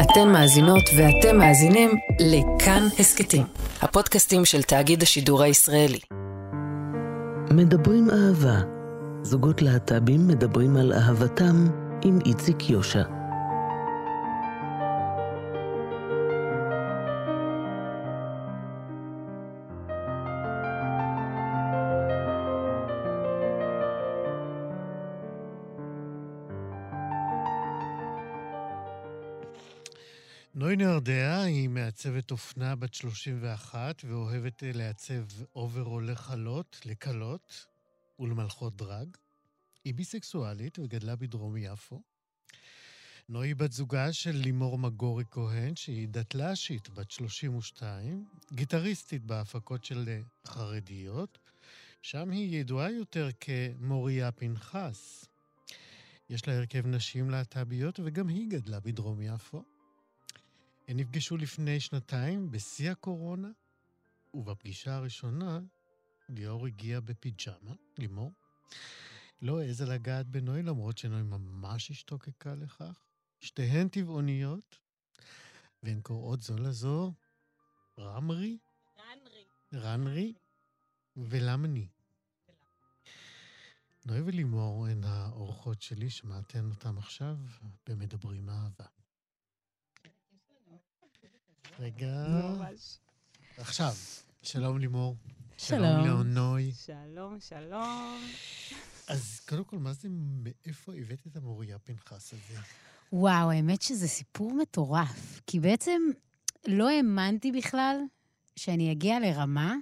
אתן מאזינות ואתם מאזינים לכאן הסכתים, הפודקאסטים של תאגיד השידור הישראלי. מדברים אהבה. זוגות להט"בים מדברים על אהבתם עם איציק יושע. נוי נרדע היא מעצבת אופנה בת 31 ואוהבת אה, לעצב אוברול לחלות, לקלות ולמלכות דרג. היא ביסקסואלית וגדלה בדרום יפו. נוי היא בת זוגה של לימור מגורי כהן, שהיא דתל"שית בת 32, גיטריסטית בהפקות של אה, חרדיות, שם היא ידועה יותר כמוריה פנחס. יש לה הרכב נשים להט"ביות וגם היא גדלה בדרום יפו. הם נפגשו לפני שנתיים בשיא הקורונה, ובפגישה הראשונה ליאור הגיע בפיג'מה, לימור. לא העזה לגעת בנוי, למרות שנוי ממש השתוקקה לכך. שתיהן טבעוניות, והן קוראות זו לזו רמרי, רנרי. רנרי ולמני. נוי ולימור הן האורחות שלי, שמעתן אותן עכשיו במדברים אהבה. רגע, עכשיו, שלום לימור. שלום. לאונוי. שלום, שלום. אז קודם כל, מה זה, מאיפה הבאת את המוריה פנחס הזה? לא, וואו, האמת שזה סיפור מטורף. כי בעצם לא האמנתי בכלל שאני אגיע לרמה.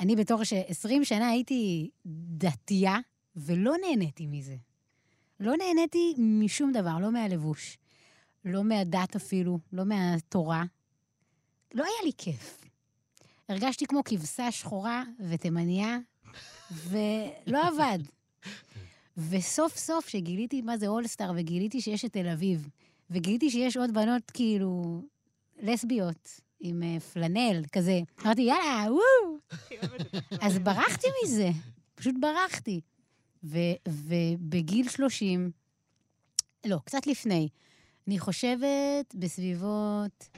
אני בתור ש-20 שנה הייתי דתייה, ולא נהניתי מזה. לא נהניתי משום דבר, לא מהלבוש, לא מהדת אפילו, לא מהתורה. לא היה לי כיף. הרגשתי כמו כבשה שחורה ותימניה, ולא עבד. וסוף סוף, שגיליתי מה זה אולסטאר, וגיליתי שיש את תל אביב, וגיליתי שיש עוד בנות כאילו לסביות, עם אה, פלנל, כזה, אמרתי, יאללה, וואו! אז ברחתי מזה, פשוט ברחתי. ו- ובגיל 30, לא, קצת לפני, אני חושבת בסביבות,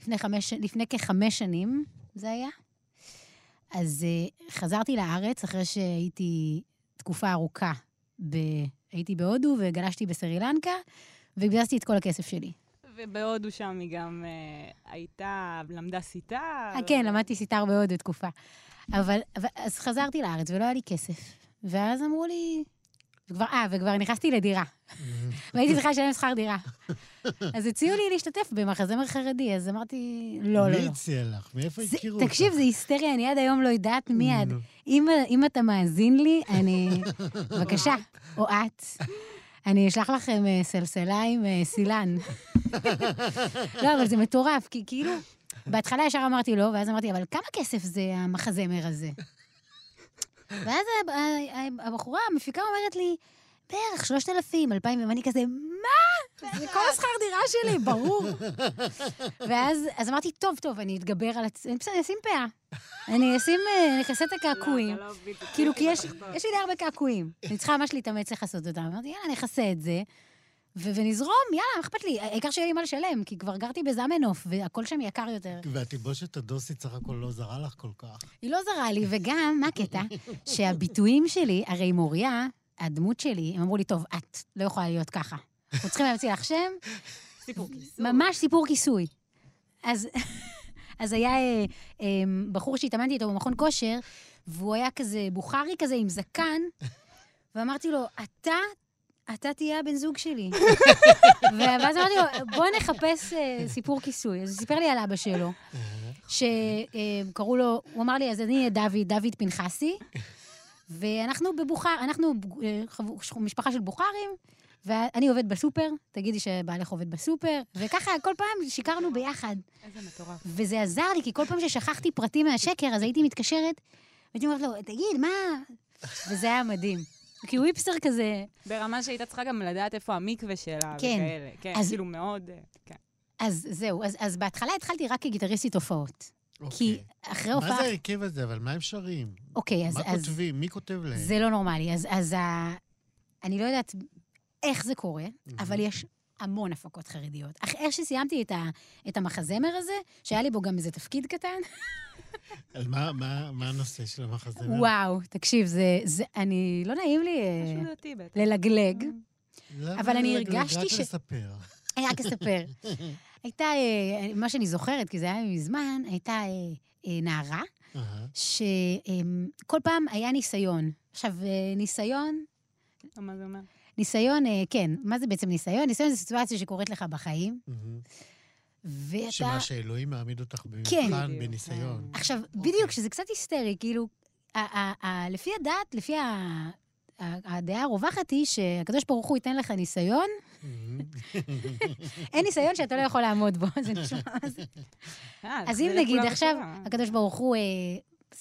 לפני, חמש, לפני כחמש שנים זה היה, אז אה, חזרתי לארץ אחרי שהייתי תקופה ארוכה ב... הייתי בהודו וגלשתי בסרי לנקה, ובזבזתי את כל הכסף שלי. ובהודו שם היא גם אה, הייתה, למדה סיטה. לא אה, כן, למדתי סיטר בהודו תקופה. אבל, אבל, אז חזרתי לארץ ולא היה לי כסף. ואז אמרו לי... וכבר, אה, וכבר נכנסתי לדירה. והייתי צריכה לשלם שכר דירה. אז הציעו לי להשתתף במחזמר חרדי, אז אמרתי, לא, לא, מי לא. הציע לך? מאיפה זה- הכירו אותך? תקשיב, זה היסטריה, אני עד היום לא יודעת מי את. נו. אם, אם אתה מאזין לי, אני... בבקשה, או את. אני אשלח לכם אה, סלסלה עם אה, סילן. לא, אבל זה מטורף, כי כאילו, בהתחלה ישר אמרתי לא, ואז אמרתי, אבל כמה כסף זה המחזמר הזה? ואז ה- ה- ה- הבחורה, המפיקה אומרת לי, בערך 3,000, 2,000, ואני כזה, מה? זה כל השכר דירה שלי, ברור. ואז אז אמרתי, טוב, טוב, אני אתגבר על עצמי, בסדר, אני אשים פאה. אני אשים, אה, אני אכסה את לא הקעקועים. כאילו, כי יש, יש לי די הרבה קעקועים. אני צריכה ממש להתאמץ לכסות אותם. אמרתי, יאללה, אני אכסה את זה, ו- ונזרום, יאללה, מה אכפת לי? העיקר שיהיה לי מה לשלם, כי כבר גרתי בזמנוף, והכל שם יקר יותר. והתלבושת הדוסית סך הכל לא זרה לך כל כך. היא לא זרה לי, וגם, מה הקטע? שהביטויים שלי, הרי מוריה, הדמות שלי, הם אמרו לי, טוב, את לא יכולה להיות ככה. אנחנו צריכים להמציא לך שם, סיפור כיסוי. ממש סיפור כיסוי. אז, אז היה אה, אה, בחור שהתאמנתי איתו במכון כושר, והוא היה כזה בוכרי כזה עם זקן, ואמרתי לו, אתה, אתה תהיה הבן זוג שלי. ואז אמרתי לו, בוא נחפש אה, סיפור כיסוי. אז הוא סיפר לי על אבא שלו, שקראו אה, לו, הוא אמר לי, אז אני דוד, דוד פנחסי, ואנחנו בבוכר, אנחנו אה, חבו- משפחה של בוכרים, ואני עובד בסופר, תגידי שבעלך עובד בסופר, וככה כל פעם שיקרנו ביחד. איזה מטורף. וזה עזר לי, כי כל פעם ששכחתי פרטים מהשקר, אז הייתי מתקשרת, והייתי אומרת לו, תגיד, מה... וזה היה מדהים. כי הוא היפסטר כזה... ברמה שהייתה צריכה גם לדעת איפה המקווה שלה כן. וכאלה. כן, אז- כאילו מאוד... אה, כן. אז זהו, אז, אז בהתחלה התחלתי רק כגיטריסטית הופעות. כי אוקיי. אחרי מה הופעה... זה ההרכב הזה? אבל מה הם שרים? אוקיי, אז... מה אז... כותבים? מי כותב להם? זה לא נורמלי. אז, אז ה... אני לא יודעת איך זה קורה, אבל יש המון הפקות חרדיות. אך איך שסיימתי את, ה, את המחזמר הזה, שהיה לי בו גם איזה תפקיד קטן, על מה, מה, מה הנושא של המחזמר? וואו, תקשיב, זה, זה, אני, לא נעים לי אה, משהו דתי בטח. ללגלג. למה אבל אני לג- הרגשתי רק ש- לספר. אני רק אספר. הייתה, אה, מה שאני זוכרת, כי זה היה מזמן, הייתה אה, אה, נערה, אהה. שכל פעם היה ניסיון. עכשיו, אה, ניסיון, לא, מה זה אומר? ניסיון, אה, כן, מה זה בעצם ניסיון? ניסיון זה סיטואציה שקורית לך בחיים, מהמם. ואתה... שמה שאלוהים מעמיד אותך כן. במבחן, בניסיון. עכשיו, אוקיי. בדיוק, שזה קצת היסטרי, כאילו, ה- ה- ה- לפי הדת, לפי ה- ה- הדעה הרווחת היא שהקדוש ברוך הוא ייתן לך ניסיון, מהמם. אין ניסיון שאתה לא יכול לעמוד בו, זה נשמע... אה, אז תחזרי לא אם נגיד לכולם עכשיו, בתורה. הקדוש ברוך הוא אה,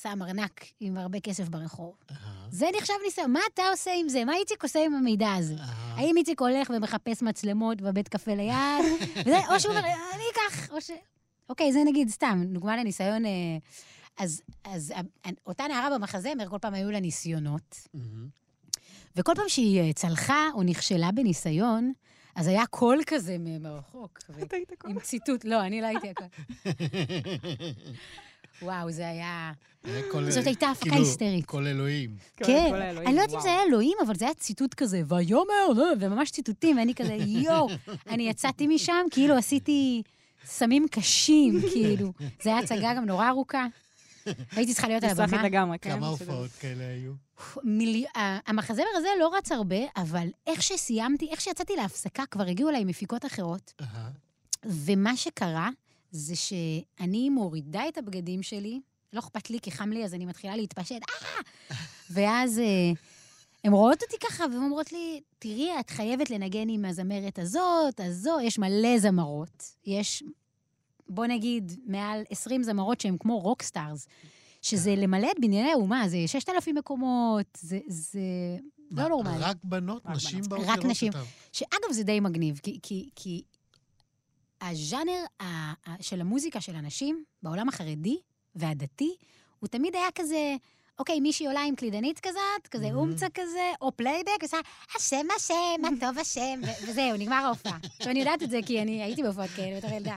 שם ארנק עם הרבה כסף ברחוב, אהה. זה נחשב ניסיון, מה אתה עושה עם זה? מה איציק עושה עם המידע הזה? אהה. האם איציק הולך ומחפש מצלמות בבית קפה ליד? וזה, או שהוא אומר, אני אקח, או ש... אוקיי, זה נגיד סתם, דוגמה לניסיון... אה, אז, אז ה- אותה נערה במחזמר, כל פעם היו לה ניסיונות, מהמם. וכל פעם שהיא אה, צלחה או נכשלה בניסיון, אז היה קול כזה מ- מרחוק. ו- אתה היית כל עם ציטוט, לא, אני לא הייתי הכל. וואו, זה היה... היה כל- זאת הייתה הפקה כאילו, היסטרית. כל אלוהים. כל- כן, כל האלוהים, אני לא יודעת אם וואו. זה היה אלוהים, אבל זה היה ציטוט כזה, ויאמר, לא, וממש ציטוטים, ואני כזה, יואו, אני יצאתי משם, כאילו עשיתי סמים קשים, כאילו. זו הייתה הצגה גם נורא ארוכה. הייתי צריכה להיות על הבמה. מזרחית לגמרי, כן? כמה בסדר. הופעות כאלה היו? מילי... ה- המחזמר הזה לא רץ הרבה, אבל איך שסיימתי, איך שיצאתי להפסקה, כבר הגיעו אליי מפיקות אחרות, אה, אהה. ומה שקרה זה שאני מורידה את הבגדים שלי, לא אכפת לי כי חם לי, אז אני מתחילה להתפשט, אה! ואז אה, הן רואות אותי ככה, והן אומרות לי, תראי, את חייבת לנגן עם הזמרת הזאת, הזו, יש מלא זמרות. יש, בוא נגיד, מעל 20 זמרות שהן כמו רוקסטארס, שזה למלא את בנייני האומה, זה 6,000 מקומות, זה... זה... מה, לא נורמלי. רק בנות, רק נשים בנות. באו רק לראות נשים. אותם. שאגב, זה די מגניב, כי, כי, כי הז'אנר ה- ה- של המוזיקה של הנשים בעולם החרדי והדתי, הוא תמיד היה כזה, אוקיי, מישהי עולה עם קלידנית כזאת, כזה מהמם. אומצה כזה, או פלייבק, עושה, השם השם, מה טוב השם, ו- וזהו, נגמר ההופעה. עכשיו, אני יודעת את זה כי אני הייתי בהופעות כאלה בתור ילדה.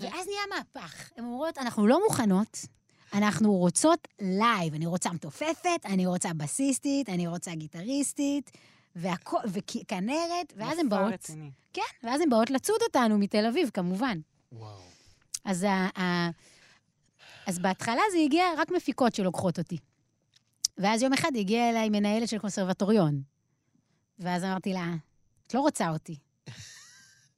ואז נהיה מהפך. הן אומרות, אנחנו לא מוכנות, אנחנו רוצות לייב. אני רוצה מתופפת, אני רוצה בסיסטית, אני רוצה גיטריסטית, והכו- וכנרת, ואז הן מופע באות... רציני. כן, ואז הן באות לצוד אותנו מתל אביב, כמובן. וואו. אז, ה- ה- אז בהתחלה זה הגיע רק מפיקות שלוקחות אותי. ואז יום אחד הגיעה אליי מנהלת של קונסרבטוריון. ואז אמרתי לה, את לא רוצה אותי.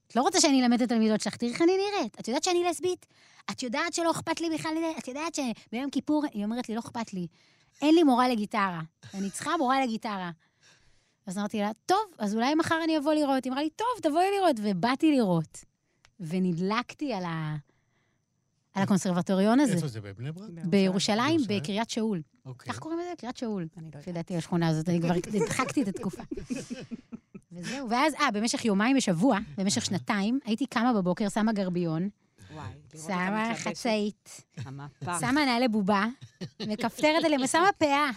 את לא רוצה שאני אלמד את התלמידות שלך, תראי איך אני נראית. את יודעת שאני לסבית? את יודעת שלא אכפת לי בכלל, את יודעת שביום כיפור, היא אומרת לי, לא אכפת לי. אין לי מורה לגיטרה. אני צריכה מורה לגיטרה. אז אמרתי לה, טוב, אז אולי מחר אני אבוא לראות. היא אמרה לי, טוב, תבואי לראות. ובאתי לראות. ונדלקתי על, ה... על הקונסרבטוריון הזה. איפה זה, בבני לא ברק? בירושלים, בירושלים? בקריית שאול. אוקיי. איך קוראים לזה? קריית שאול. אני לא לפי יודעת. דעתי, השכונה הזאת, אני כבר הדחקתי את התקופה. וזהו, ואז, אה, במשך יומיים בשבוע, במשך שנתיים, הייתי קמה בבוקר, שמה גרביון, וואי, לראות אותה שמה מתלבשת. חצאית, המפה. שמה נעלי בובה, מכפתרת עליהם, ושמה פאה.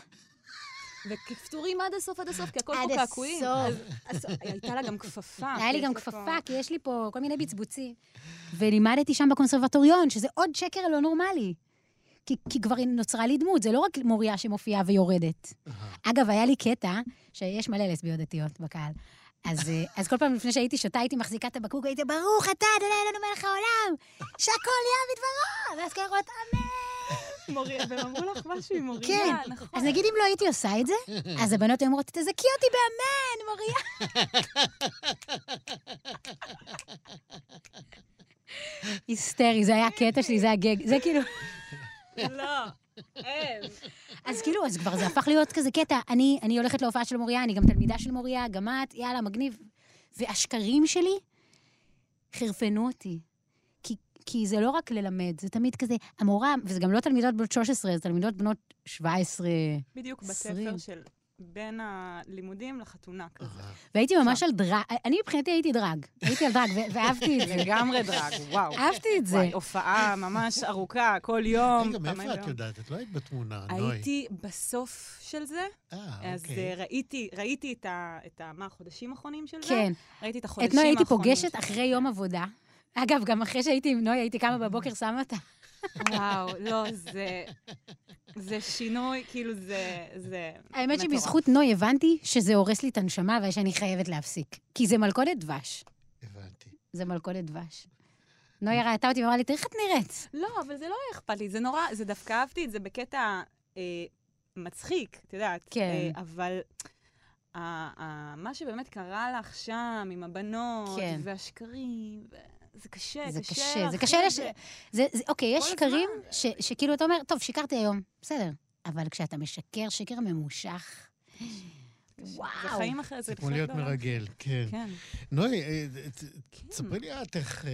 וכפתורים עד הסוף, עד הסוף, כי הכל עד פה קעקועים. הסוף. אז הייתה לה גם כפפה. היה לי יש גם לה פה- כפפה, כי יש לי פה כל מיני בצבוצים. ולימדתי שם בקונסרבטוריון, שזה עוד שקר לא נורמלי. כי, כי כבר נוצרה לי דמות, זה לא רק מוריה שמופיעה ויורדת. אהה. אגב, היה לי קטע שיש מלא לסביות דתיות בקהל. אז, אה, אז כל פעם לפני שהייתי שותה, הייתי מחזיקה את הבקבוק, הייתי, ברוך אתה, אדוני אלוהינו מלך העולם, שהכל יהיה בדברו, ואז כאלה אומרות, אמן. מוריה, והם אמרו לך משהו עם מוריה, כן, נכון. אז נגיד אם לא הייתי עושה את זה, אז הבנות היו אומרות, תזכי אותי באמן, מוריה. היסטרי, זה היה קטע שלי, זה הגג, זה כאילו... לא, אין. אז כאילו, אז כבר זה הפך להיות כזה קטע. אני, אני הולכת להופעה של מוריה, אני גם תלמידה של מוריה, גם את, יאללה, מגניב. והשקרים שלי חרפנו אותי. כי, כי זה לא רק ללמד, זה תמיד כזה, המורה, וזה גם לא תלמידות בנות 13, זה תלמידות בנות 17. בדיוק בתפר עשרים. של בין הלימודים לחתונה כזה. אהה. והייתי ממש על דרג, אני מבחינתי הייתי דרג. הייתי על דרג, ו- ואהבתי את זה. לגמרי דרג, וואו. אהבתי את זה. וואי, הופעה ממש ארוכה, כל יום. רגע, פעמיים מאיפה את ביום. יודעת? את לא היית בתמונה, נוי. הייתי בסוף של זה, אה, אז אה, אוקיי. ראיתי, ראיתי את ה... את ה... מה, החודשים האחרונים של זה? כן. ראיתי את החודשים את נוי האחרונים. הייתי פוגשת אחרי יום עבודה. אגב, גם אחרי שהייתי עם נוי, הייתי קמה בבוקר, שמה את ה... וואו, לא, זה... זה שינוי, כאילו זה... זה האמת מטורף. שבזכות נוי הבנתי שזה הורס לי את הנשמה ושאני חייבת להפסיק. כי זה מלכודת דבש. הבנתי. זה מלכודת דבש. נויה ראתה אותי ואמרה לי, תראי איך את נראית. לא, אבל זה לא היה אכפת לי, זה נורא, זה דווקא אהבתי את זה בקטע אה, מצחיק, את יודעת. כן. אה, אבל אה, אה, מה שבאמת קרה לך שם עם הבנות, כן. והשקרים, ו... זה קשה, זה קשה. קשה, זה להכיל קשה את לש... זה, זה, אוקיי, יש כל שקרים ש, שכאילו אתה אומר, טוב, שיקרתי היום, בסדר. אבל כשאתה משקר שקר ממושך, קשה. זה וואו. חיים אחרי זה. זה כמו לחיות להיות בעולם. מרגל, כן. כן. נוי, אה, ת- ת- כן. תספרי לי את איך אה,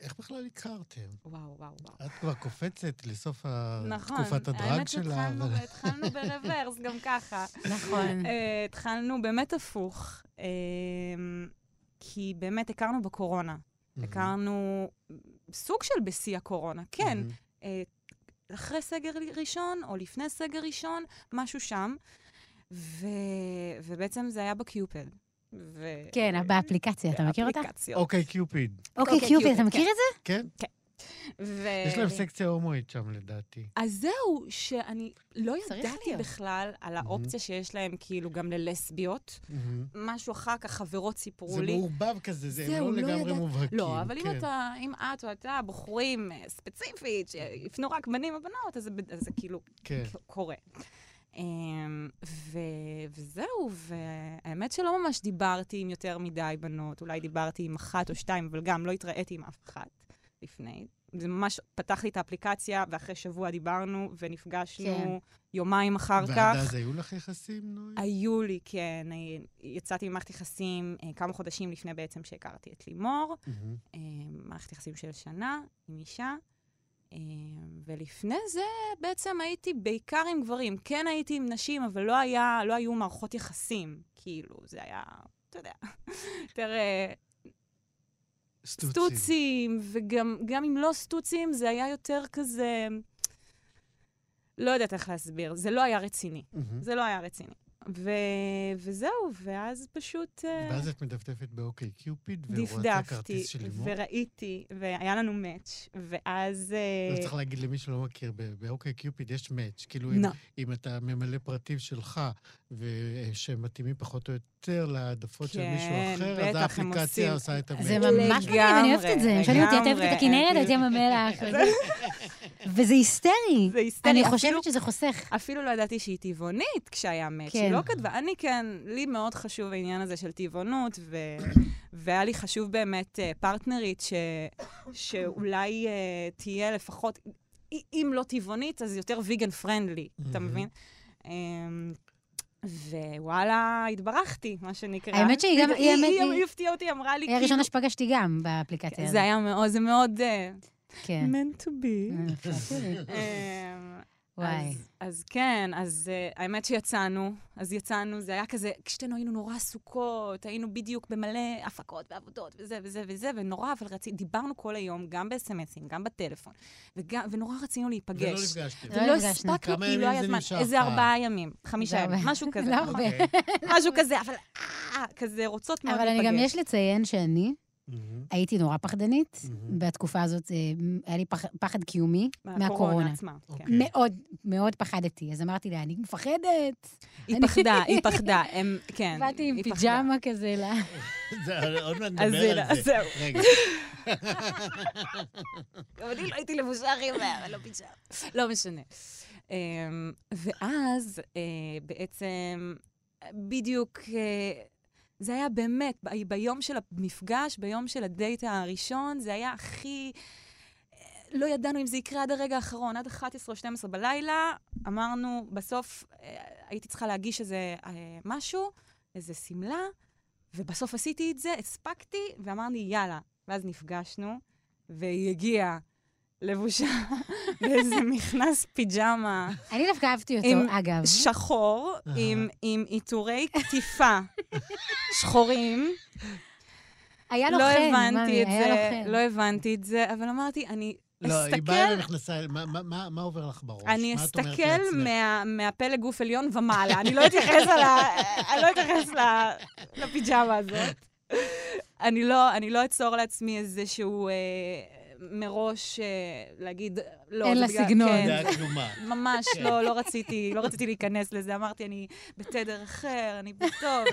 איך בכלל הכרתם. וואו, וואו, וואו. את כבר קופצת לסוף ה- נכון. תקופת הדרג שלה. האמת אבל- שהתחלנו ב- התחלנו ברוורס גם ככה. נכון. Mm. אה, התחלנו באמת הפוך, אה, כי באמת הכרנו בקורונה. Mm-hmm. Hmm. הכרנו סוג של בשיא הקורונה, כן. מהמם. אה, אחרי סגר ראשון, או לפני סגר ראשון, משהו שם. ו... ובעצם זה היה בקיופד. ו... כן, באפליקציה, אתה מכיר אותה? באפליקציות. אוקיי, קיופיד. אוקיי, אה, אוקיי, קיופיד, קיופיד, אתה מכיר כן. את זה? כן? ו... יש להם סקציה הומואית שם, לדעתי. אז זהו, שאני לא צריך ידעתי להיות. בכלל Mm-hmm. על האופציה שיש להם כאילו גם ללסביות. מהמם. משהו אחר כך, חברות סיפרו זה לי. מעורבב כזה, זה הם זהו, לא לא לגמרי ידעתי. מובהקים. לא, אבל אם כן. אתה, אם את או אתה בוחרים אה, ספציפית, שיפנו רק בנים או בנות, אז זה בד- אז זה כאילו כן. ק- קורה. אמ, ו... וזהו, והאמת שלא ממש דיברתי עם יותר מדי בנות, אולי דיברתי עם אחת או שתיים, אבל גם לא התראיתי עם אף אחת לפני. זה ממש פתח לי את האפליקציה, ואחרי שבוע דיברנו ונפגשנו כן. יומיים אחר כך. ועד אז היו לך יחסים, נוי? היו לי, כן, אה, יצאתי ממערכת יחסים אה, כמה חודשים לפני בעצם שהכרתי את לימור, מהמם. אה, מערכת יחסים של שנה עם אישה, אה, ולפני זה בעצם הייתי בעיקר עם גברים. כן הייתי עם נשים, אבל לא, היה, לא היו מערכות יחסים, כאילו, זה היה, אתה יודע, יותר אה, סטוצים. סטוצים, וגם גם אם לא סטוצים, זה היה יותר כזה... לא יודעת איך להסביר, זה לא היה רציני. מהמם. זה לא היה רציני. ו... וזהו, ואז פשוט אה, ואז את מדפדפת באוקיי קיופיד, ורואה את דפדפתי, הכרטיס של לימור. וראיתי, והיה לנו מאץ', ואז... אה, לא צריך להגיד למי שלא מכיר, ב- באוקיי קיופיד יש מאץ', כאילו אם- נ- אם אתה ממלא פרטים שלך, ושמתאימים פחות או יותר להעדפות של מישהו כן, אחר, אז בטח, הם עושים- האפליקציה עושה את המאץ'. כן. זה ממש מדהים, אני אוהבת את זה. לגמרי, שואלים אותי, את אוהבת את לגמרי. הכנרת, את ים המלח. וזה- וזה היסטרי. זה היסטרי. אני אפילו- חושבת שזה חוסך. אפילו לא ידעתי שהיא טבעונית כשהיה מאץ', כן. היא לא כתבה. אני כן, לי מאוד חשוב העניין הזה של טבעונות, ו... והיה לי חשוב באמת אה, פרטנרית ש... שאולי אה, תהיה לפחות, אי- אם לא טבעונית, אז יותר ויגן פרנדלי, אתה מהמם. מבין? אמ, ווואלה, התברכתי, מה שנקרא. האמת שהיא גם- היא, היא- היא, היא- היא הפתיעה אותי, אמרה לי, היא הראשונה שפגשתי גם באפליקציה הזאת. כאילו- זה היה מאוד, זה מאוד... אה, כן. meant to be. אה, חשבתי. אמ, וואי. אז, אז כן, אז uh, האמת שיצאנו, אז יצאנו, זה היה כזה, כשתינו היינו נורא עסוקות, היינו בדיוק במלא הפקות ועבודות וזה וזה וזה, ונורא, אבל רצינו, דיברנו כל היום, גם בסמסים, גם בטלפון, וגם, ונורא רצינו ולא להיפגש. נפגשתם. לא ולא נפגשנו. הספקנו, כמה כי לא ימים היה זה זמן. נמשך? איזה אה. ארבעה ימים, חמישה זה ימים, הרבה. משהו כזה. נכון. לא הרבה. אוקיי. משהו כזה, אבל אה, כזה רוצות מאוד אבל להיפגש. אני גם יש לציין שאני מהמם. הייתי נורא פחדנית. מהמם. בתקופה הזאת אה, היה לי פח- פחד קיומי מהקורונה מהקורונה. עצמה, כן. אוקיי. מאוד, מאוד פחדתי. אז אמרתי לה, אני מפחדת. היא אני- פחדה, היא פחדה, הם, כן. באתי עם היא פחדה. פיג'מה כזה ל... זה- עוד מעט אז נדבר הנה, על זה. זהו. רגע, גם אני לא הייתי לבושה הכי מהר, לא פיג'מה. לא משנה. אמ, ואז אה, בעצם, אה, בדיוק, אה, זה היה באמת, ב- ביום של המפגש, ביום של הדייט הראשון, זה היה הכי... אה, לא ידענו אם זה יקרה עד הרגע האחרון, עד 11 או 12 בלילה. אמרנו, בסוף אה, הייתי צריכה להגיש איזה אה, משהו, איזה שמלה, ובסוף עשיתי את זה, הספקתי, ואמרתי, יאללה. ואז נפגשנו, והיא הגיעה לבושה באיזה מכנס פיג'מה אני דווקא אהבתי עם- אותו, אגב. שחור, אהה. עם- עם עיטורי קטיפה שחורים. היה לו לא חן, הבנתי מאמי, את היה לו זה, חן. לא הבנתי את זה, אבל אמרתי, אני לא, היא באה אסתכל... למכנסיים, מה- מה- מה- מה עובר לך בראש? אני מה את אומרת אסתכל לעצמך? מה- מהפלג גוף עליון ומעלה, אני לא אתייחס על ה... אני לא אתייחס ל- לפיג'מה הזאת. אני לא, אני לא אצור לעצמי איזשהו אה, מראש אה, להגיד, לא, אין זה לה בגלל- סגנון. כן, דעה קדומה. ממש כן. לא, לא רציתי, לא רציתי להיכנס לזה. אמרתי, אני בתדר אחר, אני בטוב,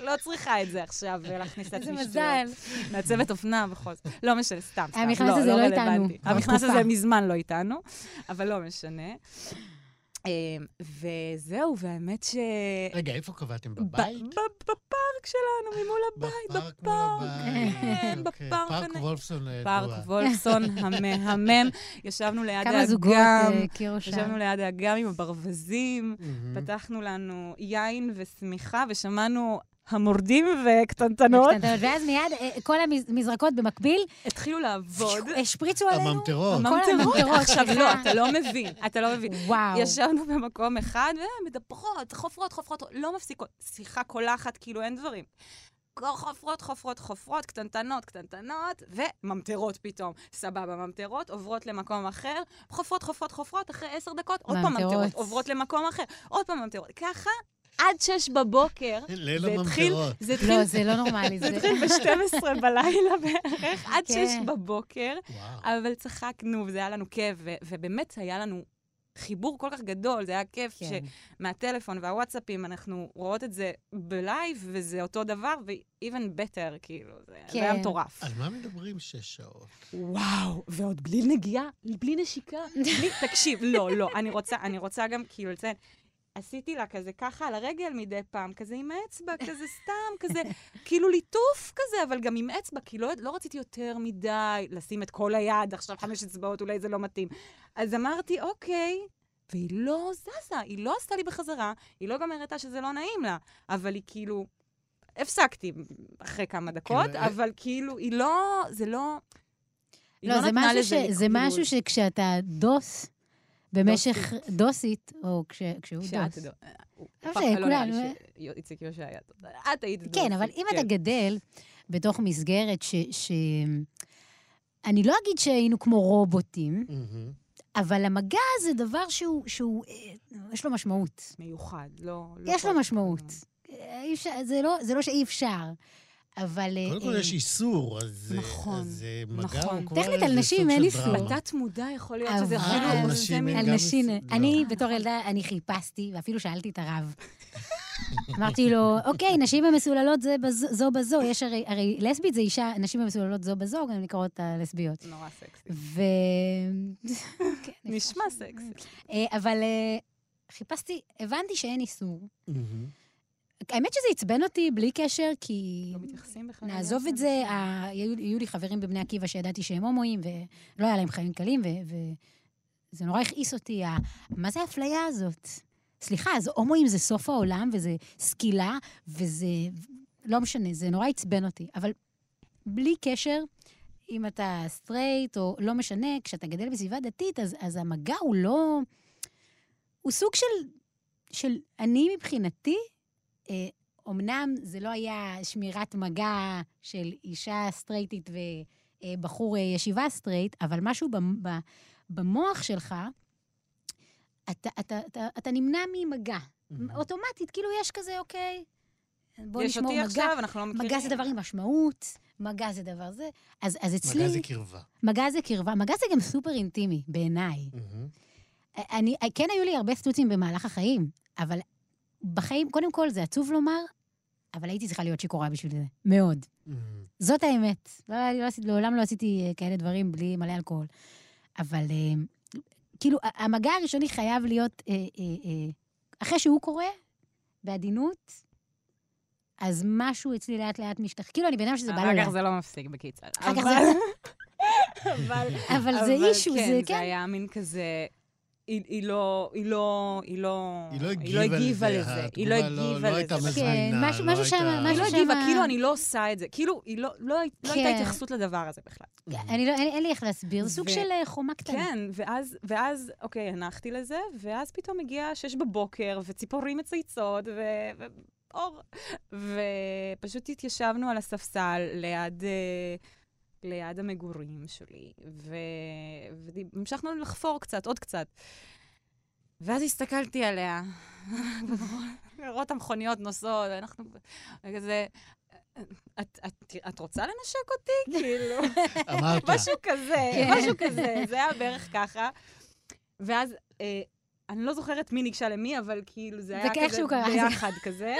לא צריכה את זה עכשיו, להכניס לעצמי איזה שטויות. מזל. מעצבת אופנה בכל זאת. לא משנה, סתם, סתם. המכנס הזה לא איתנו, רלוונטי. כבר המכנס תקופה. הזה מזמן לא איתנו, אבל לא משנה. אמ, וזהו, והאמת ש... רגע, איפה קבעתם? ב- בבית? ב- בפארק שלנו, ממול הבית, בפארק מול בפארק. הבית, כן, אוקיי. בפארק פארק הנ- וולפסון אה, הידוע. פארק וולפסון המהמם. ישבנו ליד כמה זוגות אה, האגם, הכירו שם. ישבנו ליד האגם עם הברווזים, מהמם. פתחנו לנו יין ושמיכה, ושמענו המורדים וקטנטנות. בקטנטנות, ואז מיד אה, כל המזרקות במקביל התחילו לעבוד. השפריצו עלינו. הממטרות. אה, כל הממטרות, עכשיו לא, סליחה. אתה לא מבין, אתה לא מבין. וואו. ישבנו במקום אחד, ומדברות, חופרות, חופרות, לא מפסיקות. שיחה קולחת, כאילו אין דברים. חופרות, חופרות, חופרות, קטנטנות, קטנטנות, וממטרות פתאום. סבבה, ממטרות, עוברות למקום אחר, חופרות, חופרות, חופרות, אחרי עשר דקות, עוד פעם ממטרות. ממטרות, עוברות למקום אחר, עוד פעם ממטרות. ככה, עד שש בבוקר, אה, ליל זה התחיל- הממטרות. זה התחיל לא, זה לא נורמלי. זה זה- התחיל ב-12 בלילה בערך, עד כן. 6 בבוקר, וואו. אבל צחקנו, וזה היה לנו כיף, ו- ובאמת היה לנו חיבור כל כך גדול, זה היה כיף כן. שמהטלפון והוואטסאפים אנחנו רואות את זה בלייב, וזה אותו דבר, ו-even better, כאילו, זה זה היה כן. מטורף. על מה מדברים שש שעות? וואו, ועוד בלי נגיעה, בלי נשיקה, בלי... תקשיב, לא, לא, אני רוצה, אני רוצה גם כאילו לציין. עשיתי לה כזה ככה על הרגל מדי פעם, כזה עם האצבע, כזה סתם, כזה, כאילו ליטוף כזה, אבל גם עם אצבע, כי לא, לא רציתי יותר מדי לשים את כל היד, עכשיו חמש אצבעות, אולי זה לא מתאים. אז אמרתי, אוקיי, והיא לא זזה, היא לא עשתה לי בחזרה, היא לא גם הראתה שזה לא נעים לה, אבל היא כאילו... הפסקתי אחרי כמה דקות, כאילו, אה- אבל כאילו, היא לא, זה לא... היא לא, זה נתנה משהו, לזה ש... זה כאילו, משהו שכשאתה דוס במשך דוסית, או כש... כשהוא שאת דוס. יודעת. לא פח- משנה, לא נראה לי כולנו, שאיציק יושע היה דוס. כאילו את היית דוס. כן, אבל אם אתה גדל בתוך מסגרת ש... ש... אני לא אגיד שהיינו כמו רובוטים, מהמם. אבל המגע זה דבר שהוא, שהוא אה, יש לו משמעות. מיוחד, לא... לא יש לו נכון. כל- משמעות. אה, אי אפשר, זה לא, זה לא שאי אפשר, אבל... אה, קודם כל אה, יש איסור, אז נכון, אז, אה, מגע נכון. הוא כבר טכנית, איזה על נשים סוג אין של איסור. דרמה. בתת מודע יכול להיות שזה אבל- אפילו... על זה נשים אין מין- על גם נשים. מס- לא. אני בתור ילדה, אני חיפשתי, ואפילו שאלתי את הרב. אמרתי לו, אוקיי, נשים המסוללות זה בזו- זו בזו, יש הרי, הרי לסבית זה אישה, נשים המסוללות זו בזו, גם נקראות הלסביות. נורא סקסי. ו... כן, נשמע אפשר. סקסי. לא אה, אבל אה, חיפשתי, הבנתי שאין איסור. מהמם. האמת שזה עצבן אותי בלי קשר, כי... לא מתייחסים בכלל. כאילו- נעזוב לעניין את זה, אה, הזה. ה- היו היו לי חברים בבני עקיבא שידעתי שהם הומואים, ולא היה להם חיים קלים, ו- וזה נורא הכעיס אותי, ה- מה זה האפליה הזאת? סליחה, אז הומואים זה סוף העולם, וזה סקילה, וזה... לא משנה, זה נורא עצבן אותי. אבל בלי קשר, אם אתה סטרייט, או לא משנה, כשאתה גדל בסביבה דתית, אז, אז המגע הוא לא... הוא סוג של... של אני מבחינתי, אה, אמנם זה לא היה שמירת מגע של אישה סטרייטית ובחור אה, ישיבה סטרייט, אבל משהו במ- ב- במוח שלך, אתה, אתה, אתה, אתה נמנע ממגע. מהמם. אוטומטית, כאילו יש כזה, אוקיי, בוא יש נשמור אותי מגע. עכשיו, אנחנו לא מכירים. מגע זה דבר עם משמעות, מגע זה דבר זה. אז, אז אצלי, מגע זה קרבה. מגע זה קרבה, מגע זה גם סופר אינטימי, בעיניי. מהמם. אני, כן היו לי הרבה סטוצים במהלך החיים, אבל בחיים, קודם כל, זה עצוב לומר, אבל הייתי צריכה להיות שיכורה בשביל זה. מאוד. מהמם. זאת האמת. לא, היה לי- לא, עשיתי- לעולם לא עשיתי אה, כאלה דברים בלי מלא אלכוהול. אבל אה, כאילו, ה- המגע הראשוני חייב להיות, אה, אה, אה, אחרי שהוא קורה, בעדינות, אז משהו אצלי לאט-לאט משתח... כאילו, אני בן אדם שזה בא אחר לו... כך זה לא מפסיק, בקיצר. אחר כך אבל- זה- אבל... אבל זה אישו, זה זה כן. היה מין כזה... היא, היא לא, היא לא, היא לא, היא לא הגיבה לזה, היא לא התגובה לא- הגיבה לא הייתה לזה. מזמינה, כן, לא משהו- משהו הייתה- שם, היא לא משהו הגיבה, שמה- כאילו אני לא עושה את זה. כאילו, היא לא, לא, הי- לא הייתה כן. התייחסות לדבר הזה בכלל. אני לא, אין, אין לי איך להסביר, זה סוג ו- של אה, חומה קטנה. כן, ואז, ואז, אוקיי, הנחתי לזה, ואז פתאום הגיע שש בבוקר, וציפורים מצייצות, ו... ו... אור. ופשוט התיישבנו על הספסל ליד, אה, ליד המגורים שלי, ו... והמשכנו לחפור קצת, עוד קצת. ואז הסתכלתי עליה, לראות המכוניות נוסעות, אנחנו כזה, את, את, את רוצה לנשק אותי? כאילו... אמרת, משהו כזה, כן. משהו כזה, זה היה בערך ככה. ואז, אה, אני לא זוכרת מי ניגשה למי, אבל כאילו זה היה זה כזה איכשהו קרה, זה ביחד כזה,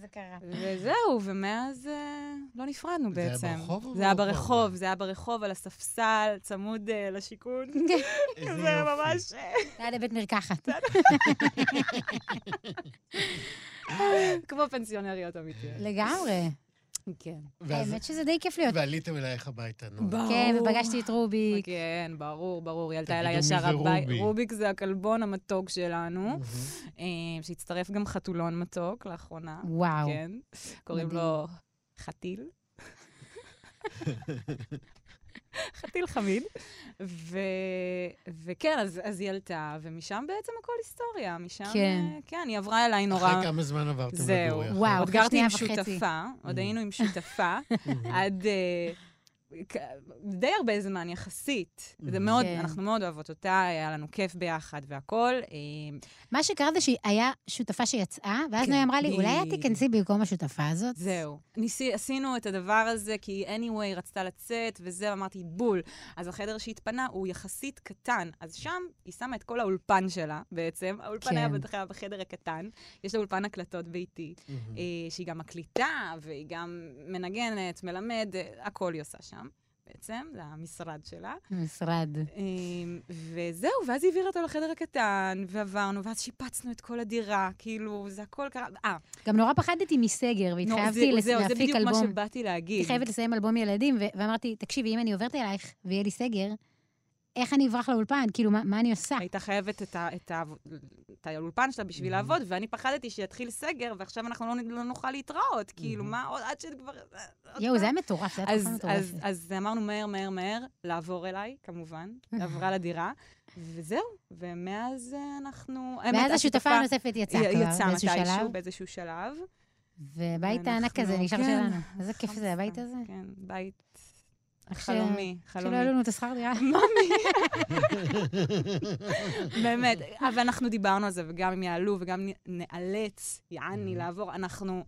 זה קרה. וזהו, ומאז אה, לא נפרדנו זה היה בעצם. ברחוב או זה היה ברחוב? ברחוב, זה היה ברחוב, על הספסל, צמוד אה, לשיכון. איזה זה יופי. ממש... אה, ליד הבית מרקחת. כמו פנסיונריות אמיתיות. לגמרי. כן. ואז- האמת שזה די כיף להיות. ועליתם אלייך הביתה, נו. כן, ופגשתי את רוביק. כן, ברור, ברור. היא עלתה תגידו אליי מי זה ישר רובי. הביתה. רוביק זה הכלבון המתוק שלנו, מהמם. אה, שהצטרף גם חתולון מתוק לאחרונה. וואו. כן. קוראים מדהים. לו חתיל. חתיל חמיד. ו... וכן, אז, אז היא עלתה, ומשם בעצם הכל היסטוריה. משם, כן. אה, כן, היא עברה אליי נורא. אחרי כמה זמן עברתם זהו. לגור יחד? וואו. עוד אחרי גרתי שנייה עם וחצי. שותפה, עוד Mm. היינו עם שותפה, מהמם. עד... אה, כ- די הרבה זמן יחסית. זה Mhm. מאוד, כן. אנחנו מאוד אוהבות אותה, היה לנו כיף ביחד והכול. אה, מה שקרה זה שהיה שותפה שיצאה, ואז כן, נויה אמרה לי, אולי את בדיוק. תיכנסי במקום השותפה הזאת? זהו. ניסי, עשינו את הדבר הזה, כי היא anyway רצתה לצאת, וזה, אמרתי, בול. אז החדר שהתפנה הוא יחסית קטן, אז שם היא שמה את כל האולפן שלה, בעצם. האולפן כן. כן. היה בדרך- בחדר הקטן, יש לה אולפן הקלטות ביתי, מהמם. אה, שהיא גם מקליטה, והיא גם מנגנת, מלמד, אה, הכל היא עושה שם. בעצם, זה המשרד שלה. משרד. אמ, וזהו, ואז היא העבירה אותו לחדר הקטן, ועברנו, ואז שיפצנו את כל הדירה, כאילו, זה הכל קרה. אה, גם נורא פחדתי מסגר, נו, והתחייבתי זהו, לס- זהו, זה להפיק בדיוק מה אלבום. שבאתי להגיד. הייתי חייבת לסיים אלבום ילדים, ו- ואמרתי, תקשיבי, אם אני עוברת אלייך ויהיה לי סגר, איך אני אברח לאולפן? כאילו, מה- מה אני עושה? הייתה חייבת את, ה, את, ה, את האולפן שלה בשביל לעבוד, ואני פחדתי שיתחיל סגר, ועכשיו אנחנו לא, נ- לא נוכל להתראות, כאילו, מה עוד, עד שכבר... עוד יואו, זה פעם. היה מטורף, זה היה אז, תקופה אז, מטורפת. אז אמרנו מהר, מהר, מהר, לעבור אליי, כמובן, עברה לדירה, וזהו, ומאז אה, אנחנו... האמת, ואז השותפה הנוספת יצאה היא- כבר, יצאה באיזשהו מתישהו, שלב, באיזשהו שלב. והבית הענק ואנחנו- הזה נשאר כן, שלנו. איזה כיף זה, חמסה, הבית הזה. כן, בית איך ש- חלומי, שלא חלומי. העלו לנו את השכר דירה. באמת, אבל אנחנו דיברנו על זה, וגם אם יעלו וגם נ- נאלץ, Mm-hmm. יעני, לעבור, אנחנו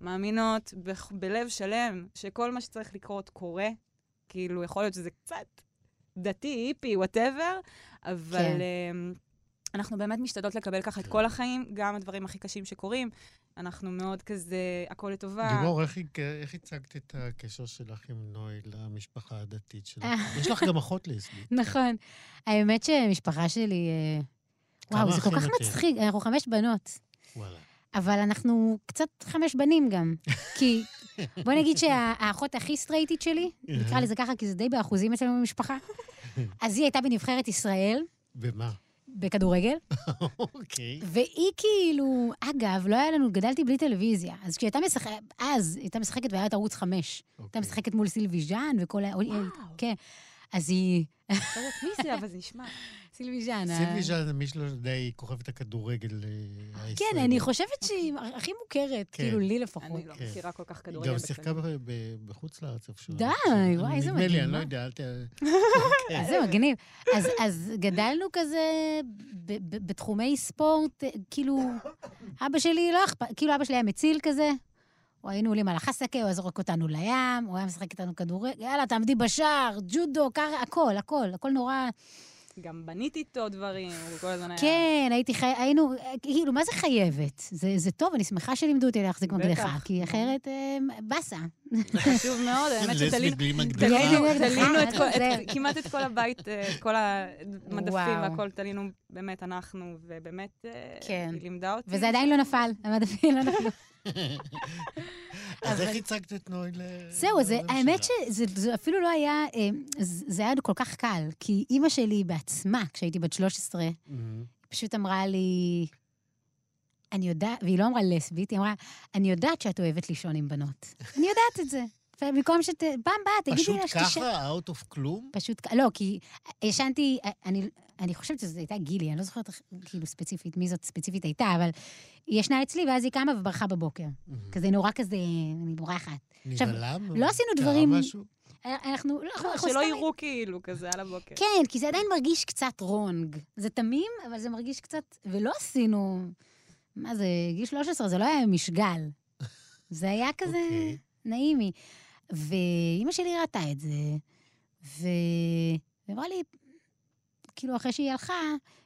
מאמינות בח- בלב שלם שכל מה שצריך לקרות קורה. כאילו, יכול להיות שזה קצת דתי, היפי, וואטאבר, אבל כן. אמ, אנחנו באמת משתדלות לקבל ככה את כל החיים, גם הדברים הכי קשים שקורים. אנחנו מאוד כזה, הכל לטובה. לימור, איך הג- איך הצגת את הקשר שלך עם נוי למשפחה הדתית שלך? יש לך גם אחות לסבית. נכון. האמת שהמשפחה שלי... אה, כמה וואו, זה כל אחים כך אתם? מצחיק, אנחנו חמש בנות. וואלה. אבל אנחנו קצת חמש בנים גם. כי בוא נגיד שהאחות הכי סטרייטית שלי, נקרא לזה ככה, כי זה די באחוזים אצלנו במשפחה, אז היא הייתה בנבחרת ישראל, במה? בכדורגל, אוקיי. והיא כאילו, אגב, לא היה לנו, גדלתי בלי טלוויזיה. אז כשהייתה משחקת, אז היא הייתה משחקת והיה את ערוץ חמש. הייתה אוקיי. משחקת מול סילבי ז'אן וכל ה... וואו, כן. אז היא... לא יודעת מי זה, אבל זה נשמע. סילבי ז'אן. ה- סילבי ז'אן, מי שלא יודע, היא כוכבת הכדורגל אה, הישראלית. כן, אני חושבת שהיא הכי מוכרת, כן. כאילו לי לפחות. אני לא כן. מכירה כל כך היא כדורגל. גם שיחקה בכלל. ב- ב- בחוץ לארץ איפשהו. די, אני חושב. וואי, איזה אה? נדמה לי, אני לא מדהימה. יודע, אל ת... כן. אז זה אה, מגניב. אז, אז גדלנו כזה ב- ב- בתחומי ספורט, אה, כאילו, אבא שלי לא אכפת, כאילו אבא שלי היה מציל כזה, או היינו עולים על החסקה, הוא היה זורק אותנו לים, הוא היה משחק איתנו כדורגל, יאללה, תעמדי בשער, ג'ודו, קר, הכל, הכל, הכל נורא... אה. גם בנית איתו דברים, הוא כל הזמן היה... כן, הייתי חי... היינו, אה, כאילו, מה זה חייבת? זה, זה טוב, אני שמחה שלימדו אותי להחזיק בטח. מקדחה, כי אחרת, אה, באסה. חשוב מאוד, האמת לסבית שתלינו בלי מקדחה. תלינו- מקדחה. תלינו את כל- את- זה- כמעט את כל הבית, אה, את כל המדפים וואו. והכל, תלינו באמת אנחנו, ובאמת, אה, כן. לא היא לימדה אותי. וזה עדיין לא נפל, המדפים לא נפלו. אז אבל- איך הצגת את נוי ל... זהו, זה, להורים האמת שלה? שזה זה אפילו לא היה, אה, זה זה היה כל כך קל, כי אימא שלי בעצמה, כשהייתי בת 13, מהמם. פשוט אמרה לי, אני יודעת, והיא לא אמרה לסבית, היא אמרה, אני יודעת שאת אוהבת לישון עם בנות. אני יודעת את זה. ובמקום שת... פעם באה, תגידי פשוט לה שתישן. ככה, out of כלום? פשוט, כ- לא, כי ישנתי, אה, אני, אני חושבת שזו הייתה גילי, אני לא זוכרת איך- כאילו ספציפית, מי זאת ספציפית הייתה, אבל היא ישנה אצלי, ואז היא קמה וברחה בבוקר. מהמם. כזה נורא כזה, אני בורחת. עכשיו, נבלם? לא עשינו דברים- קרה משהו? אנחנו, לא, אנחנו שלא סתם- יראו כאילו כזה על הבוקר. כן, כי זה עדיין מרגיש קצת רונג. זה תמים, אבל זה מרגיש קצת... ולא עשינו... מה זה, גיל 13, זה לא היה משגל. זה היה כזה אוקיי. נעימי. ואימא שלי ראתה את זה, ו... ואמרה לי, כאילו, אחרי שהיא הלכה,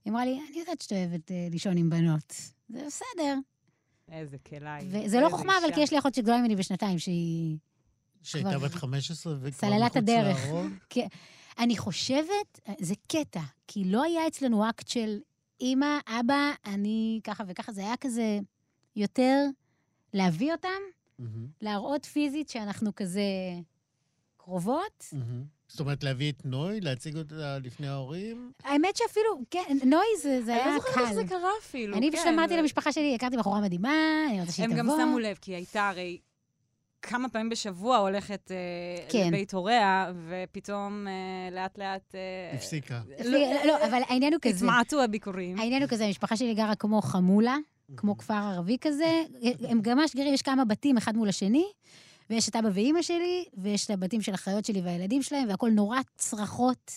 היא אמרה לי, אני יודעת שאת אוהבת אה, לישון עם בנות. זה בסדר. איזה כלאי. וזה כן. לא חוכמה, אבל כי יש לי אחות שגדולה ממני בשנתיים, שהיא... שהייתה כבר- בת 15 וכבר מחוץ סללת הדרך. כן. לארון? אני חושבת, זה קטע, כי לא היה אצלנו אקט של אימא, אבא, אני ככה וככה, זה היה כזה יותר להביא אותם, מהמם, להראות פיזית שאנחנו כזה קרובות. מהמם. זאת אומרת, להביא את נוי, להציג אותה לפני ההורים? האמת שאפילו, כן, נוי זה, זה אני היה לא זוכרת איך קל. זה קרה אפילו. אני פשוט כן, אמרתי זה- למשפחה שלי, הכרתי בחורה מדהימה, אני רוצה שהיא הם תבוא. גם שמו לב, כי היא הייתה הרי כמה פעמים בשבוע הולכת אה, כן. לבית הוריה, ופתאום אה, לאט-לאט... אה, הפסיקה. לא, לא, אבל העניין הוא כזה. התמעטו הביקורים. העניין הוא כזה, המשפחה שלי גרה כמו חמולה, כמו כפר ערבי כזה. הם גם ממש גרים, יש כמה בתים אחד מול השני, ויש את אבא ואימא שלי, ויש את הבתים של החיות שלי והילדים שלהם, והכול נורא צרחות,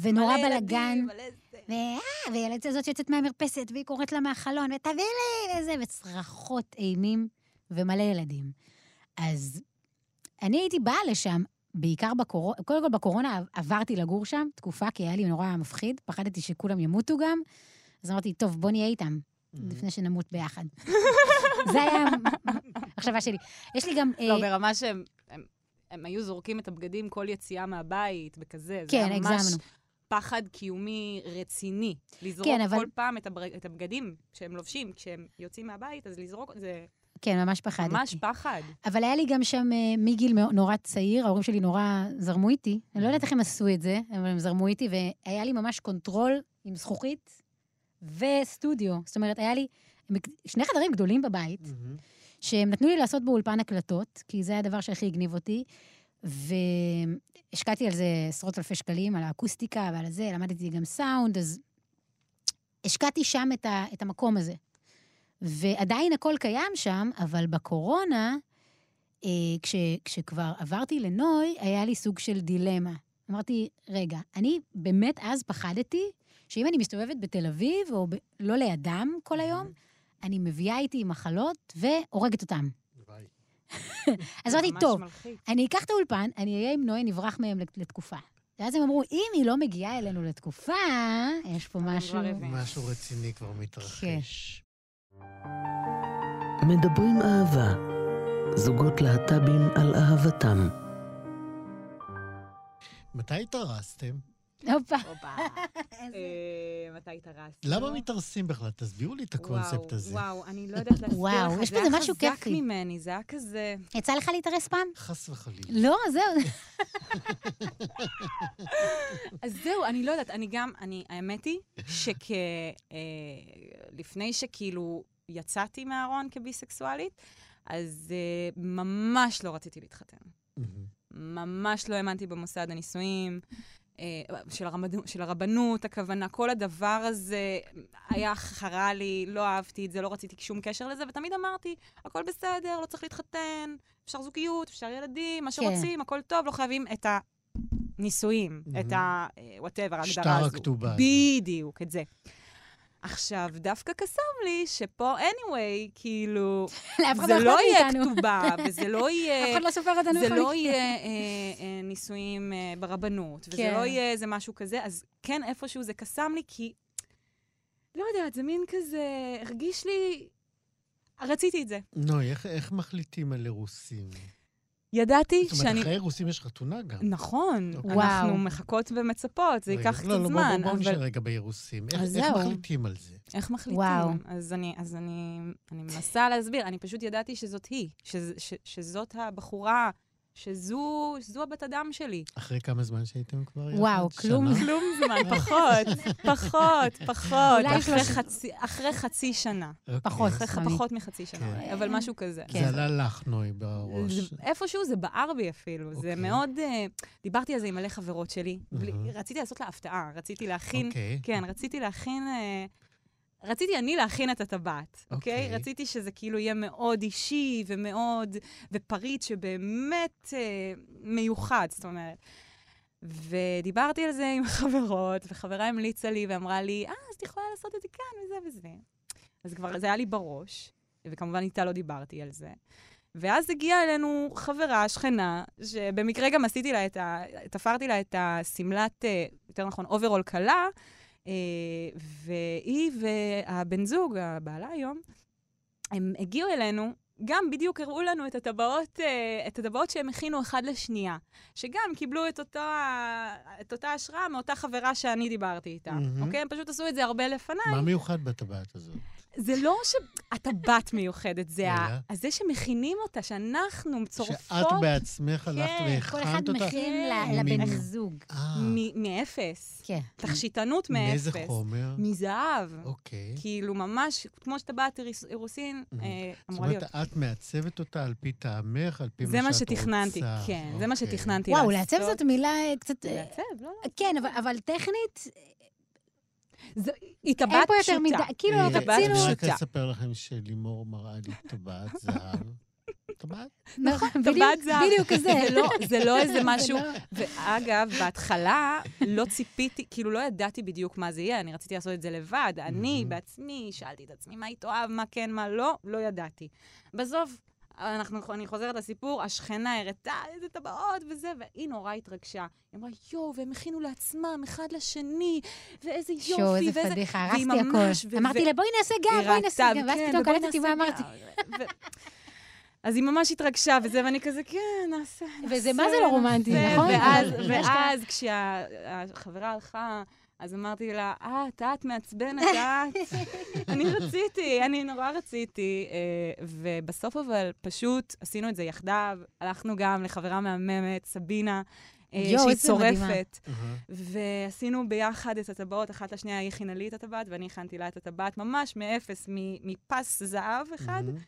ונורא מלא ילדים, בלאגן. מלא זה. ואה, והילד הזאת שיוצאת מהמרפסת, והיא קוראת לה מהחלון, ותביא לי, וזה, וצרחות אימים, ומלא ילדים. אז אני הייתי באה לשם, בעיקר בקורונה, קודם כל בקורונה עברתי לגור שם תקופה, כי היה לי נורא מפחיד, פחדתי שכולם ימותו גם, אז אמרתי, טוב, בוא נהיה איתם. מהמם. לפני שנמות ביחד. זה היה המחשבה שלי. יש לי גם... לא, אה, ברמה שהם... הם- הם היו זורקים את הבגדים כל יציאה מהבית וכזה. זה כן, היה ממש הגזמנו. פחד קיומי רציני. לזרוק כן, אבל- כל פעם את הבר- את הבגדים שהם לובשים כשהם יוצאים מהבית, אז לזרוק, זה כן, ממש פחדתי. ממש פחד. אבל היה לי גם שם אה, מגיל מאו- נורא צעיר, ההורים שלי נורא זרמו איתי. אני לא יודעת איך הם עשו את זה, אבל הם זרמו איתי, והיה לי ממש קונטרול עם זכוכית וסטודיו. זאת אומרת, היה לי שני חדרים גדולים בבית, מהמם. שהם נתנו לי לעשות באולפן הקלטות, כי זה הדבר שהכי הגניב אותי. והשקעתי על זה עשרות אלפי שקלים, על האקוסטיקה ועל זה, למדתי גם סאונד, אז השקעתי שם את, ה, את המקום הזה. ועדיין הכל קיים שם, אבל בקורונה, אה, כש, כשכבר עברתי לנוי, היה לי סוג של דילמה. אמרתי, רגע, אני באמת אז פחדתי שאם אני מסתובבת בתל אביב, או ב, לא לידם כל היום, אני מביאה איתי מחלות והורגת אותם. וואי. אז אמרתי, ממש טוב, מלחיץ. אני אקח את האולפן, אני אהיה עם נוי, נברח מהם לת- לתקופה. ואז הם אמרו, אם היא לא מגיעה אלינו לתקופה, יש פה כבר משהו... הבינו. משהו רציני כבר כן. מתרחש. מדברים אהבה. זוגות להט"בים על אהבתם. מתי התארסתם? הופה. הופה. אה, מתי התארסת? לא. למה מתארסים בכלל? תסבירו לי את הקונספט וואו, הזה. וואו, אני לא יודעת להסביר לך. וואו, יש בזה משהו זה היה חזק כיפי. ממני, זה היה כזה... יצא לך להתארס פעם? חס וחלילה. לא, זהו. אז זהו, אני לא יודעת, אני גם, אני, האמת היא שכ... אה, לפני שכאילו יצאתי מהארון כביסקסואלית, אז אה, ממש לא רציתי להתחתן. מהמם. ממש לא האמנתי במוסד הנישואים, אה, של, הרבנו, של הרבנות, הכוונה, כל הדבר הזה היה חרה לי, לא אהבתי את זה, לא רציתי שום קשר לזה, ותמיד אמרתי, הכל בסדר, לא צריך להתחתן, אפשר זוגיות, אפשר ילדים, כן. מה שרוצים, הכל טוב, לא חייבים את הנישואים, Mhm. את ה... וואטאבר, שטר ההגדרה הזו. הכתובה. בדיוק, את זה. עכשיו, דווקא קסם לי שפה, anyway, כאילו, לאף אחד זה אכפת לא יהיה מאיתנו. כתובה, וזה לא יהיה... אף אחד לא סופר אותנו. זה בכל לא מקרה. יהיה אה, אה, נישואים אה, ברבנות, וזה כן. לא יהיה איזה משהו כזה, אז כן, איפשהו זה קסם לי, כי... לא יודעת, זה מין כזה... הרגיש לי... רציתי את זה. לא, נוי, איך- איך מחליטים על אירוסים? ידעתי זאת אומרת, שאני... אחרי אירוסים יש חתונה גם. נכון, אוקיי. אנחנו וואו. מחכות ומצפות, זה רגע, ייקח לא, קצת לא, זמן, בואו בוא, בוא אבל נשאר רגע באירוסים. איך, אז איך זהו. מחליטים על זה? איך מחליטים? וואו. אז אני, אז אני, אני מנסה להסביר, אני פשוט ידעתי שזאת היא, שז, ש, שזאת הבחורה, שזו, שזו הבת אדם שלי. אחרי כמה זמן שהייתם כבר יחד? וואו, כלום. שנה? כלום זמן, פחות, פחות, פחות, אולי אחרי שלוש- חצי, אחרי חצי שנה. אוקיי. פחות. אחרי ח- אני- פחות מחצי שנה, כן. אולי, אבל משהו כזה. כן. זה עלה לך, נוי, בראש. זה- איפשהו זה בער בי אפילו, זה אוקיי. מאוד... אה, דיברתי על זה עם מלא חברות שלי. בלי- אהה. רציתי לעשות לה הפתעה, רציתי להכין... אוקיי. כן, רציתי להכין... אה, רציתי אני להכין את הטבעת, אוקיי? אוקיי. רציתי שזה כאילו יהיה מאוד אישי ומאוד... ופריט שבאמת אה, מיוחד, זאת אומרת. ודיברתי על זה עם חברות, וחברה המליצה לי ואמרה לי, אה, אז את יכולה לעשות את זה כאן וזה וזה. אז כבר זה היה לי בראש, וכמובן איתה לא דיברתי על זה. ואז הגיעה אלינו חברה, שכנה, שבמקרה גם עשיתי לה את ה... תפרתי לה את השמלת, אה, יותר נכון, אוברול קלה, אה, והיא והבן זוג, הבעלה היום, הם הגיעו אלינו, גם בדיוק הראו לנו את הטבעות, אה, את הטבעות שהם הכינו אחד לשנייה, שגם קיבלו את, אותו, ה- את אותה השראה מאותה חברה שאני דיברתי איתה, מהמם. אוקיי? הם פשוט עשו את זה הרבה לפניי. מה מיוחד בטבעת הזאת? זה לא שהטבעת מיוחדת, זה ה- אלא? זה שמכינים אותה, שאנחנו מצורפות... שאת בעצמך הלכת כן, כל אחד והכנת אותה? מכין כן. ל- לבן ממך. זוג. אה, מ- מאפס. כן. תכשיטנות מאפס. מאיזה חומר? מזהב. אוקיי. כאילו, ממש, כמו שטבעת אירוס- אירוסין, Mhm. אה, זאת אמורה להיות. אומרת, את מעצבת אותה על פי טעמך, על פי מה שאת זה רוצה. מה שתכננתי, כן, זה מה אוקיי. שתכננתי וואו, לעשות. לעצב זאת מילה אה, קצת... אה, לעצב, לא, לא. כן, אבל- אבל טכנית, זה- היא טבעת אין פה יותר פשוטה. מדי... כאילו, אה, טבעת רצינו... אני רק פשוטה. אספר לכם שלימור מראה לי טבעת זהב. טבעת? נכון, טבעת בדיוק- זהב. בדיוק כזה. זה לא, זה לא איזה משהו... לא- ואגב, בהתחלה לא ציפיתי, כאילו לא ידעתי בדיוק מה זה יהיה, אני רציתי לעשות את זה לבד. אני מהמם. Mm-hmm. בעצמי, שאלתי את עצמי מה היא תאהב, מה כן, מה לא, לא ידעתי. בסוף, אנחנו, אני חוזרת לסיפור, השכנה הראתה איזה טבעות וזה, והיא נורא התרגשה. היא אמרה, יואו, והם הכינו לעצמם אחד לשני, ואיזה יופי, שואו, איזה ואיזה... פדיחה, והיא הרסתי ממש- ו- הכול. אמרתי ו- לה, בואי נעשה גם, היא בואי נעשה ראתה, גם, ואז כן, פתאום ובואי קלטתי נעשה מה אמרתי. גם, ו- ו- אז היא ממש התרגשה וזה, ואני כזה, כן, נעשה, נעשה. וזה מה זה לא רומנטי, נעשה." נכון? ואז, אבל יש כאן- ואז כשהחברה הלכה, אז אמרתי לה, אה, את את מעצבנת, את. אני רציתי, אני נורא רציתי. אה, ובסוף אבל פשוט עשינו את זה יחדיו, הלכנו גם לחברה מהממת, סבינה, אה, יואו, שהיא איזה מדהימה. צורפת. אהה. ועשינו ביחד את הטבעות, אחת לשנייה היא הכינה לי את הטבעת ואני הכנתי לה את הטבעת ממש מאפס, מ- מפס זהב אחד, מהמם.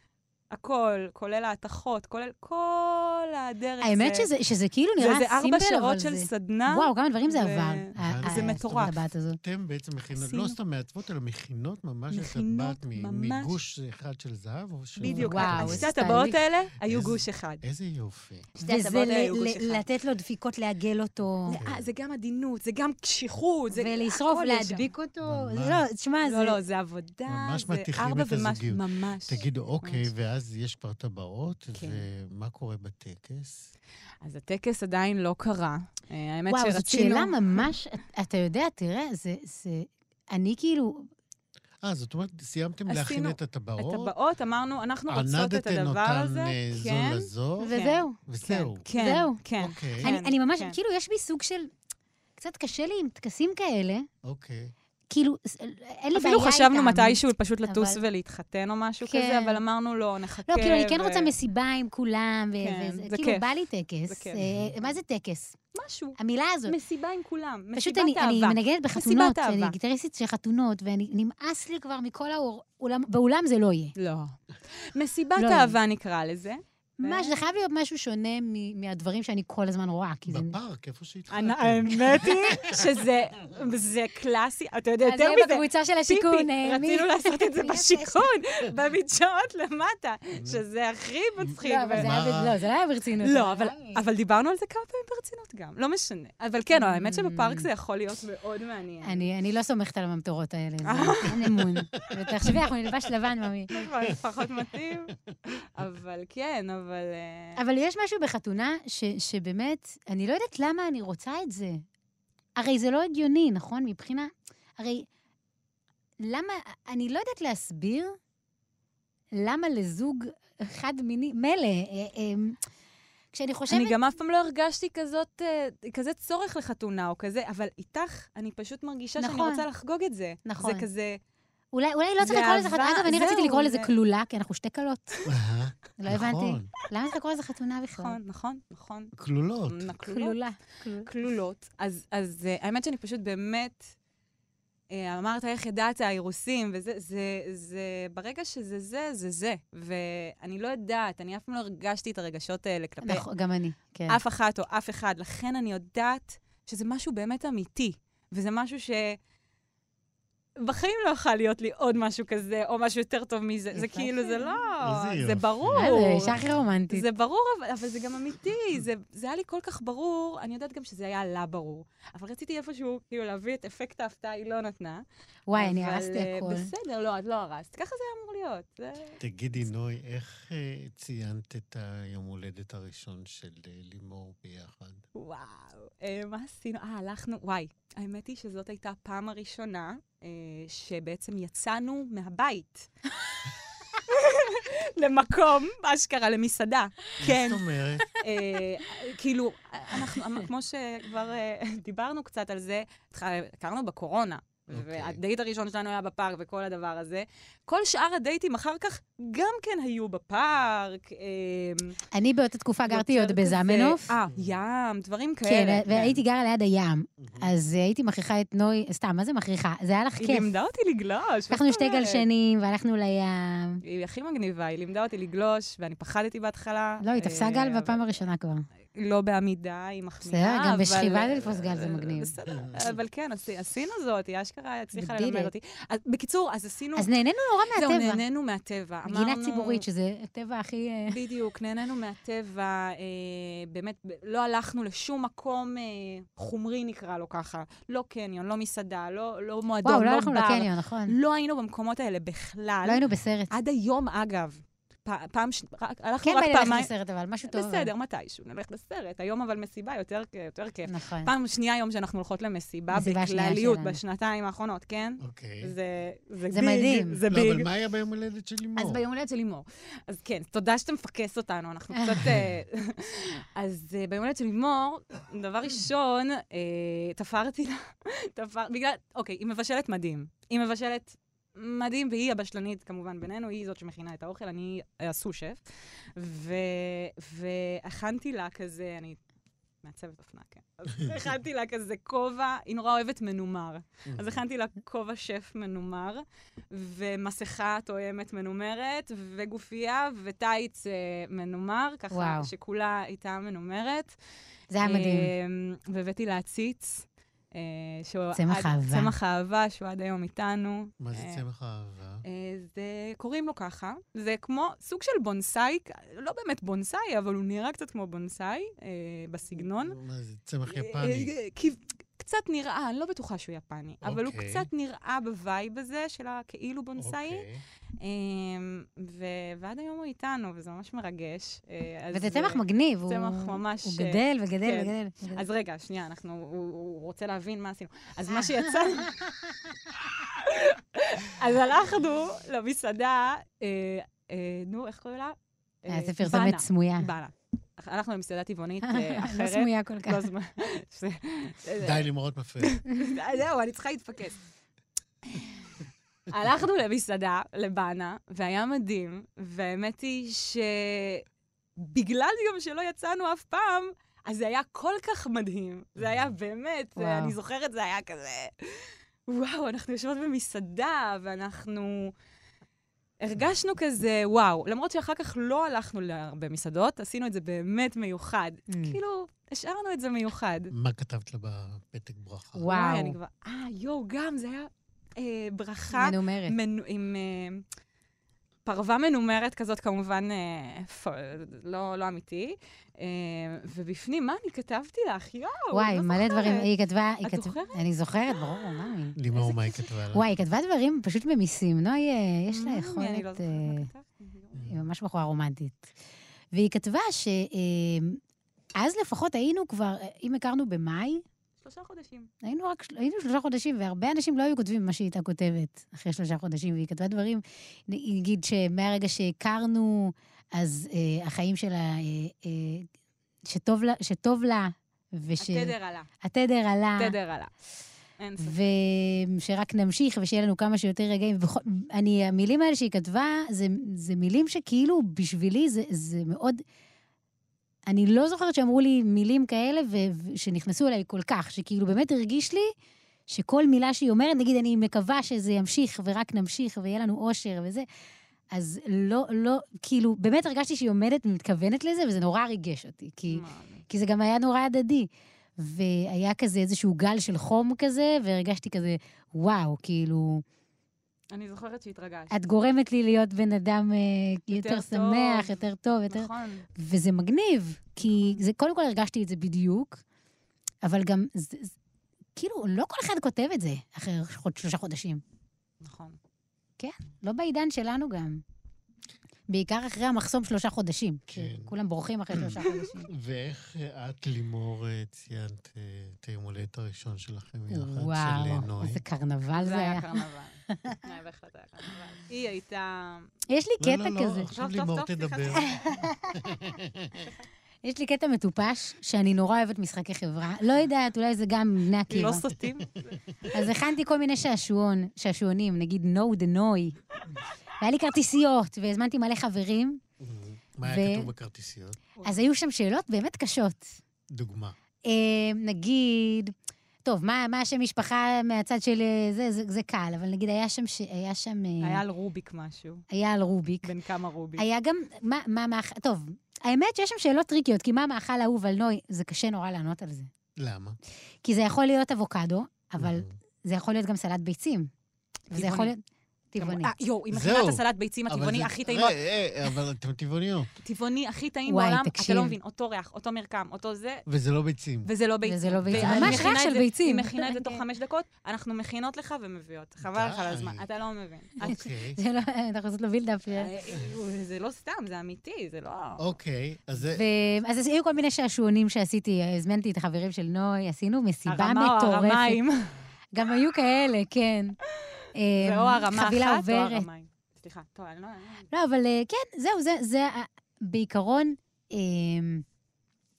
הכל, כולל ההתכות, כולל כל הדרך. האמת זה- שזה- שזה כאילו זה נראה איזה סימפל, אבל ארבע זה... שעות של סדנה. וואו, כמה דברים זה ו- עבר. זה ה- ה- מטורף. הטבעת הזאת. אתם בעצם מכינות, עשינו. לא סתם מעצבות, אלא מכינות ממש את מכינות הטבעת מ- ממש. מגוש אחד של זהב? או של- בדיוק. וואו, שתי איזה הטבעות תהליך. האלה היו איזה- גוש אחד. איזה יופי. שתי וזה הטבעות האלה היו ל- גוש ל- אחד. לתת לו דפיקות, לעגל אותו, אה, זה גם עדינות, זה גם קשיחות, זה... ולשרוף, הכל יש שם. להדביק אותו. ממש. לא, תשמע, זה... לא, לא, זה עבודה, ממש זה מטיחים ארבע את ומשהו, הזוגיות. ממש. תגידו, אוקיי, ממש. ואז יש כבר טבעות, כן. ומה קורה בטקס? אז הטקס עדיין לא קרה. אה, האמת וואו, שרצינו... זאת שאלה ממש... אתה יודע, תראה, זה... זה- אני כאילו... אה, זאת אומרת, סיימתם להכין עשינו את הטבעות, הטבעות, אמרנו, אנחנו רוצות את ענדתם הדבר אותן הזה. אה, זו כן, לזו, וזהו. וזהו. כן, זהו. כן. אוקיי, אני אני ממש... כן. כאילו, יש בי סוג של... קצת קשה לי עם טקסים כאלה. אוקיי. כאילו, ס- אין לי בעיה איתם. אפילו חשבנו מתישהו פשוט לטוס אבל- ולהתחתן או משהו כן. כזה, אבל אמרנו, לא, נחכה. לא, כאילו, אני כן ו- רוצה מסיבה עם כולם, ו- כן, וזה- זה כאילו, כיף. בא לי זה טקס. כיף. אה, מה זה טקס? משהו, המילה הזאת. מסיבה עם כולם, פשוט מסיבת אני, אני אהבה. מנגנת בחתונות, מסיבת אני אהבה. גיטריסטית של חתונות, ונמאס לי כבר מכל האולם, באולם זה לא יהיה. לא. מסיבת לא. אהבה נקרא לזה. ממש, זה חייב להיות משהו שונה מ- מהדברים שאני כל הזמן רואה, כי זה... בפארק, איפה שהתחלתם. האמת היא שזה זה קלאסי, אתה יודע, יותר אני מזה, בקבוצה של השיכון, פיפי, אה, מי- רצינו לעשות את זה מי יפה שם? בשיכון, במדשאות למטה, שזה הכי מצחיק. לא, אבל זה ו- היה ב- לא, זה לא היה ברצינות. זה כאילו. לא, היה אבל, מ- אבל דיברנו על זה כמה פעמים ברצינות גם, לא משנה. אבל כן, האמת שבפארק זה יכול להיות מאוד מעניין. Mm. אני, אני לא סומכת על הממטורות האלה, אה. זה- אין אמון. ותחשבי, אנחנו נלבש לבן, ממי. אבל פחות מתאים. אבל כן, אבל... אה, אבל יש משהו בחתונה ש, שבאמת, אני לא יודעת למה אני רוצה את זה. הרי זה לא הגיוני, נכון? מבחינה... הרי למה... אני לא יודעת להסביר למה לזוג חד-מיני... מילא, אה, אה, כשאני חושבת... אני גם אף פעם לא הרגשתי כזאת, אה, כזה צורך לחתונה או כזה, אבל איתך אני פשוט מרגישה שאני נכון. רוצה לחגוג את זה. נכון. זה כזה, אולי, אולי לא צריך זה לקרוא לזה חתונה, אהבה, אגב, אני רציתי זהו, לקרוא לזה זה- כלולה, כי אנחנו שתי כלות. אהה, לא הבנתי. נכון, למה צריך לקרוא לזה חתונה בכלל? נכון, נכון, נכון. כלולות. מקלולות. כלולה. כלולות. אז, אז אה, האמת שאני פשוט באמת, אה, אמרת איך ידעת, האירוסים, וזה, זה, זה, ברגע שזה זה, זה זה. ואני לא יודעת, אני אף פעם לא הרגשתי את הרגשות האלה כלפי נכון, גם אני, כן. אף אחת או אף אחד, לכן אני יודעת שזה משהו באמת אמיתי, וזה משהו ש... בחיים לא יכול להיות לי עוד משהו כזה, או משהו יותר טוב מזה. זה יפה. כאילו, זה לא... איזה יופי. זה ברור. אה, זה אישה הכי רומנטית. זה ברור, אבל, אבל זה גם אמיתי. זה, זה היה לי כל כך ברור, אני יודעת גם שזה היה לה ברור. אבל רציתי איפשהו, כאילו, להביא את אפקט ההפתעה, היא לא נתנה. וואי, אני אבל, הרסתי אה, הכול. בסדר, לא, את לא הרסת. ככה זה היה אמור להיות. זה... תגידי, נוי, איך אה, ציינת את היום הולדת הראשון של אה, לימור ביחד? וואו, אה, מה עשינו? אה, הלכנו, וואי. האמת היא שזאת הייתה הפעם הראשונה אה, שבעצם יצאנו מהבית. למקום, אשכרה, למסעדה. כן. זאת אומרת, אה, כאילו, אנחנו, אמ- כמו שכבר אה, דיברנו קצת על זה, התח- הכרנו בקורונה. אוקיי. והדייט הראשון שלנו היה בפארק וכל הדבר הזה. כל שאר הדייטים אחר כך גם כן היו בפארק. אה, אני באותה תקופה גרתי יותר עוד כזה- בזמנוף. אה, ים, דברים כאלה. כן, והייתי גרה ליד הים, מהמם. אז אה, הייתי מכריחה את נוי, סתם, מה זה מכריחה? זה היה לך היא כיף. לימדה אותי לגלוש. מה לקחנו זאת שתי אומרת? גלשנים והלכנו לים. היא הכי מגניבה, היא לימדה אותי לגלוש, ואני פחדתי בהתחלה. לא, היא תפסה אה, גל אבל- בפעם הראשונה כבר. לא בעמידה, היא מחמיאה, בסדר, גם אבל- בשכיבה זה לתפוס גל, זה אה, מגניב. בסדר, אבל כן, עשי- עשינו זאת, היא אשכרה הצליחה We did ללמד it. אותי. אז בקיצור, אז עשינו... אז נהנינו נורא לא. זהו, מהטבע. נהנינו מהטבע. אמרנו- גינה ציבורית, שזה הטבע הכי... אה, בדיוק, נהנינו מהטבע, אה, באמת, ב- לא הלכנו לשום מקום אה, חומרי, נקרא לו ככה. לא קניון, לא מסעדה, לא, לא מועדון, וואו, לא לא הלכנו בר. לקניון, נכון? לא היינו במקומות האלה בכלל. לא היינו בסרט. עד היום, אגב. פ- פעם ש... רק, כן, הלכנו רק בא לי ללכת פעמיים... לסרט, אבל משהו טוב. אבל. בסדר, מתישהו, נלך לסרט. היום אבל מסיבה יותר, יותר כיף. נכון. פעם שנייה היום שאנחנו הולכות למסיבה, מסיבה שנייה בכלליות, שלנו. בשנתיים האחרונות, כן? אוקיי. זה, זה, זה ביג, מדהים. זה לא, ביג. אבל מה היה ביום הולדת של לימור? אז ביום הולדת של לימור. אז כן, תודה שאתה מפקס אותנו, אנחנו קצת... אה, אז אה, ביום הולדת של לימור, דבר ראשון, אה, תפרתי לה, תפר... בגלל, אוקיי, היא מבשלת מדהים. היא מבשלת מדהים, והיא הבשלנית, כמובן, בינינו, היא זאת שמכינה את האוכל, אני אה, הסו-שף. ו... והכנתי לה כזה, אני... מעצבת אופנה, כן. אז הכנתי לה כזה כובע, היא נורא אוהבת מנומר. אז אה, הכנתי לה כובע שף מנומר, ומסכה תואמת מנומרת, וגופייה וטייץ אה, מנומר, ככה וואו. שכולה הייתה מנומרת. זה היה מדהים. אה, והבאתי לה עציץ. אה, שהוא צמח עד- אהבה. צמח האהבה, שהוא עד היום איתנו. מה זה אה, צמח האהבה? אה, זה, קוראים לו ככה, זה כמו סוג של בונסאי, לא באמת בונסאי, אבל הוא נראה קצת כמו בונסאי אה, בסגנון. מה זה צמח אה, יפני? אה, כי- קצת נראה, אני לא בטוחה שהוא יפני, אבל הוא אוקיי. קצת נראה בווייב הזה של הכאילו בונסאי, אוקיי. אמ, ו- ועד היום הוא איתנו, וזה ממש מרגש. אה, אז, וזה אה, צמח מגניב. הוא- צמח ממש, הוא אה, גדל וגדל כן. וגדל. אז רגע, שנייה, אנחנו, הוא, הוא רוצה להבין מה עשינו. אז מה שיצא... אז הלכנו למסעדה, אה, אה, נו, איך קוראים לה? אה, אה, זה פרסומת בנה. סמויה. בנה. הלכנו למסעדה טבעונית אה, לא אחרת. סמויה כל כך. לא זמן. זה- די, לימור, את מפריעה. אה, זהו, אני צריכה להתפקס. הלכנו למסעדה, לבאנה, והיה מדהים, והאמת היא שבגלל גם שלא יצאנו אף פעם, אז זה היה כל כך מדהים. זה היה באמת, וואו. וואו. אני זוכרת, זה היה כזה... וואו, אנחנו יושבות במסעדה, ואנחנו... הרגשנו כזה, וואו, למרות שאחר כך לא הלכנו להרבה מסעדות, עשינו את זה באמת מיוחד. Mm. כאילו, השארנו את זה מיוחד. מה כתבת לה בפתק ברכה? וואו. וואי, אני כבר... אה, יואו, גם, זה היה אה, ברכה מנומרת. מנו- עם אה, פרווה מנומרת כזאת, כמובן, אה, פ- לא לא אמיתי. אה, ובפנים, מה אני כתבתי לך? יואו, וואי, לא מלא זוכרת. דברים. היא כתבה... היא את כתבה- זוכרת? אני זוכרת, ברור, מה היא? לימור, מה היא כתבה לה? וואי, היא כתבה דברים פשוט ממיסים. נוי, אה, יש לה מה, אני לא יכולת... זוכרת מה אה, כתבתי. היא ממש בחורה רומנטית. והיא כתבה שאז לפחות היינו כבר, אה, אם הכרנו במאי, שלושה חודשים. היינו רק, של- היינו שלושה חודשים, והרבה אנשים לא היו כותבים מה שהיא הייתה כותבת אחרי שלושה חודשים, והיא כתבה דברים, נ- היא נגיד שמהרגע שהכרנו, אז אה, החיים שלה אה, אה, שטוב לה, שטוב לה וש... התדר עלה, התדר עלה. התדר עלה. אין ספק. ושרק נמשיך ושיהיה לנו כמה שיותר רגעים. ובכל, אני, המילים האלה שהיא כתבה, זה, זה מילים שכאילו בשבילי זה, זה מאוד... אני לא זוכרת שאמרו לי מילים כאלה ו- ו- שנכנסו אליי כל כך, שכאילו באמת הרגיש לי שכל מילה שהיא אומרת, נגיד, אני מקווה שזה ימשיך ורק נמשיך ויהיה לנו אושר וזה, אז לא, לא, כאילו, באמת הרגשתי שהיא עומדת ומתכוונת לזה, וזה נורא ריגש אותי, כי... כי זה גם היה נורא הדדי. והיה כזה איזשהו גל של חום כזה, והרגשתי כזה, וואו, כאילו, אני זוכרת שהתרגשת. את גורמת לי להיות בן אדם אה, יותר יותר שמח, טוב. יותר טוב, יותר... נכון. וזה מגניב, כי זה, קודם כל הרגשתי את זה בדיוק, אבל גם, זה, זה, כאילו, לא כל אחד כותב את זה אחרי חוד, שלושה חודשים. נכון. לא בעידן שלנו גם. בעיקר אחרי המחסום שלושה חודשים. כן. כולם בורחים אחרי שלושה חודשים. ואיך אה, את, לימור, אה, ציינת אה, את היום הולדת הראשון שלכם יחד, של אה, וואו, נוי? איזה קרנבל זה זה היה. היה קרנבל. זה היה בהחלט היה קרנבל. היא הייתה... יש לי לא, קטע לא, כזה. לא, עכשיו טוב, טוב, לימור טוב, סליחה, תדבר. יש לי קטע מטופש, שאני נורא אוהבת משחקי חברה. לא יודעת, אולי זה גם מבני היא עקיבא. לא סוטים. אז הכנתי כל מיני שעשועון, שעשועונים, נגיד נו דה נוי. והיה לי כרטיסיות, והזמנתי מלא חברים, מה היה ו- כתוב בכרטיסיות? אז היו שם שאלות באמת קשות. דוגמה. אה, נגיד, טוב, מה, מה השם משפחה מהצד של אה, זה, זה, זה קל, אבל נגיד היה שם, ש... היה שם, אה, היה על רוביק משהו. היה על רוביק. בן כמה רוביק. היה גם, מה, מה, מה, טוב, האמת שיש שם שאלות טריקיות, כי מה המאכל האהוב על נוי, זה קשה נורא לענות על זה. למה? כי זה יכול להיות אבוקדו, אבל אה, זה יכול להיות גם סלט ביצים. וזה יכול טבעוני. להיות... טבעוני. אה, יואו, היא זהו. מכינה את הסלט ביצים אבל הטבעוני זה- הכי טעים אה, בעולם. אה, אבל אתם טבעוניות, טבעוני הכי טעים וואי, בעולם. אתה תקשיב. לא מבין, אותו ריח, אותו מרקם, אותו זה, וזה לא ביצים. וזה לא ביצים. וזה לא ביצים. והיא ממש מכינה ריח את של זה- ביצים. היא מכינה את זה תוך כן. חמש דקות, אנחנו מכינות לך ומביאות. חבל לך על הזמן, די. אתה לא מבין. את- אוקיי. זה לא, אנחנו עושות לו בילדאפ. אה, זה לא סתם, זה אמיתי, זה לא... אוקיי, אז זה... ו- אז היו כל מיני שעשועונים שעשיתי, הזמנתי את החברים של נוי, עשינו מסיבה הרמה או מטורפת. הרמיים. גם היו כאלה, כן. זה אה, או הרמה חבילה אחת או עוברת. הרמיים. סליחה, טוב, אני לא... לא, אבל אה, כן, זהו, זה, זה ה- בעיקרון אה,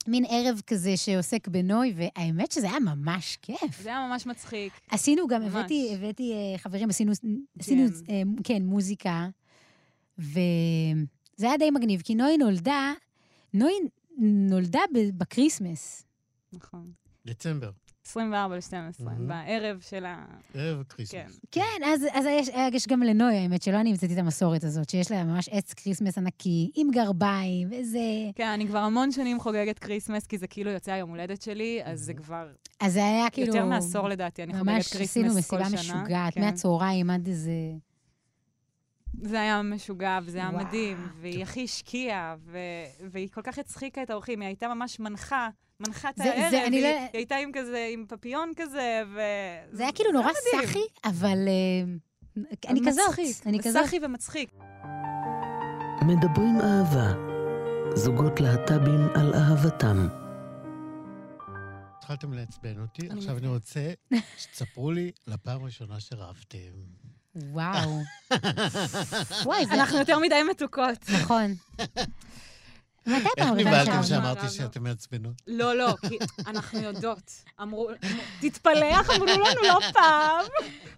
מין ערב כזה שעוסק בנוי, והאמת שזה היה ממש כיף. זה היה ממש מצחיק. עשינו גם, ממש. הבאתי, הבאתי אה, חברים, עשינו, עשינו אה, כן, מוזיקה, וזה היה די מגניב, כי נוי נולדה, נוי נולדה ב- בקריסמס. נכון. דצמבר, 24 ל-12, מהמם. בערב של ה... ערב כן. כריסמס. כן, אז, אז יש, יש גם לנוי, האמת, שלא אני המצאתי את המסורת הזאת, שיש לה ממש עץ קריסמס ענקי, עם גרביים, וזה... כן, אני כבר המון שנים חוגגת כריסמס, כי זה כאילו יוצא היום הולדת שלי, אז זה כבר אז זה היה Mm-hmm. כאילו... יותר מעשור לדעתי, אני חוגגת ממש כריסמס כל שנה. עשינו מסיבה משוגעת, כן. מהצהריים עד איזה... זה היה משוגע, וזה היה וואו. מדהים, והיא הכי השקיעה, ו... והיא כל כך הצחיקה את האורחים, היא הייתה ממש מנחה, מנחת זה- זה- הערב, אני היא... לא- היא הייתה עם כזה, עם פפיון כזה, ו... זה היה כאילו נורא סאחי, אבל... אה, אני כזאת, מצחיק, אני כזאת. סאחי ומצחיק. מדברים אהבה. זוגות להט"בים על אהבתם. התחלתם לעצבן אותי, אני עכשיו אני מבינה. רוצה שתספרו לי לפעם הראשונה שרבתם. אה, וואו. וואי, זה אנחנו יותר מדי מתוקות. נכון. מתי איך פעם ראשונה נבהלתם שם? שם? שאמרתי רבנו. שאתם מעצבנות? לא, לא, כי אנחנו יודעות. אמרו, תתפלח, אמרו לנו לא פעם.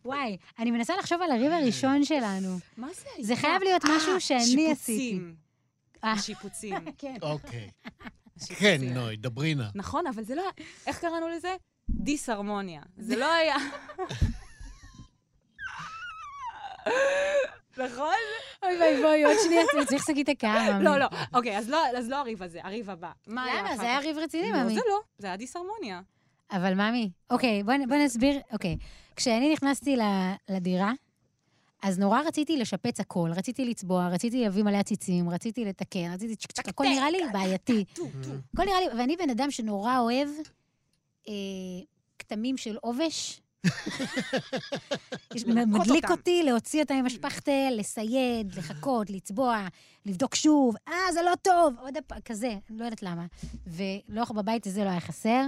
וואי, אני מנסה לחשוב על הריב הראשון שלנו. מה זה היה? זה חייב אה, להיות משהו שאני עשיתי. שיפוצים. אה. שיפוצים. כן. אוקיי. כן, שיפוצים. נוי, דברי נא. נכון, אבל זה לא... היה- איך קראנו לזה? דיסהרמוניה. זה לא היה... נכון? אוי ואי ואי, עוד שנייה, צריך שקית הקהל. לא, לא. אוקיי, אז לא- אז לא הריב הזה, הריב הבא. מה היה אמ. למה? אחר זה היה כך? ריב רציני, לא, ממי. זה לא, זה היה דיסהרמוניה. אבל ממי, אוקיי, בוא נ- בוא נסביר. אוקיי, כשאני נכנסתי ל- לדירה, אז נורא רציתי לשפץ הכל. רציתי לצבוע, רציתי להביא מלא עציצים, רציתי לתקן, רציתי צ'ק צ'ק, הכל נראה לי בעייתי. טו, טו. הכל נראה לי, ואני בן אדם שנורא אוהב אה, כתמים של עובש. יש- לנקות מדליק אותם. אותי להוציא אותם עם השפכטל, לסייד, לחכות, לצבוע, לבדוק שוב, אה, זה לא טוב, עוד הפעם, כזה, אני לא יודעת למה. ולא, בבית הזה לא היה חסר.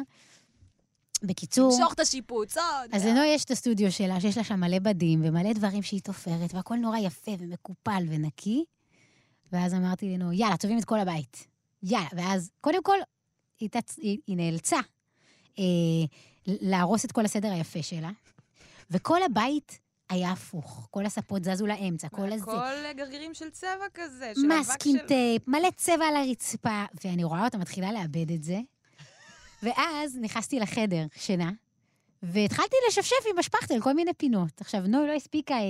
בקיצור, למשוך את השיפוץ, עוד. אז לנוי יש את הסטודיו שלה, שיש לה שם מלא בדים ומלא דברים שהיא תופרת, והכל נורא יפה ומקופל ונקי. ואז אמרתי לנו, יאללה, תובעים את כל הבית. יאללה. ואז, קודם כל, היא, תצ... היא, היא נאלצה אה, להרוס את כל הסדר היפה שלה, וכל הבית היה הפוך. כל הספות זזו לאמצע, כל הזה. הכל גרגירים של צבע כזה, של אבק מאסקינג של... טייפ, מלא צבע על הרצפה, ואני רואה אותה מתחילה לאבד את זה. ואז נכנסתי לחדר שינה, והתחלתי לשפשף עם השפכטל כל מיני פינות. עכשיו, נוי לא הספיקה אה,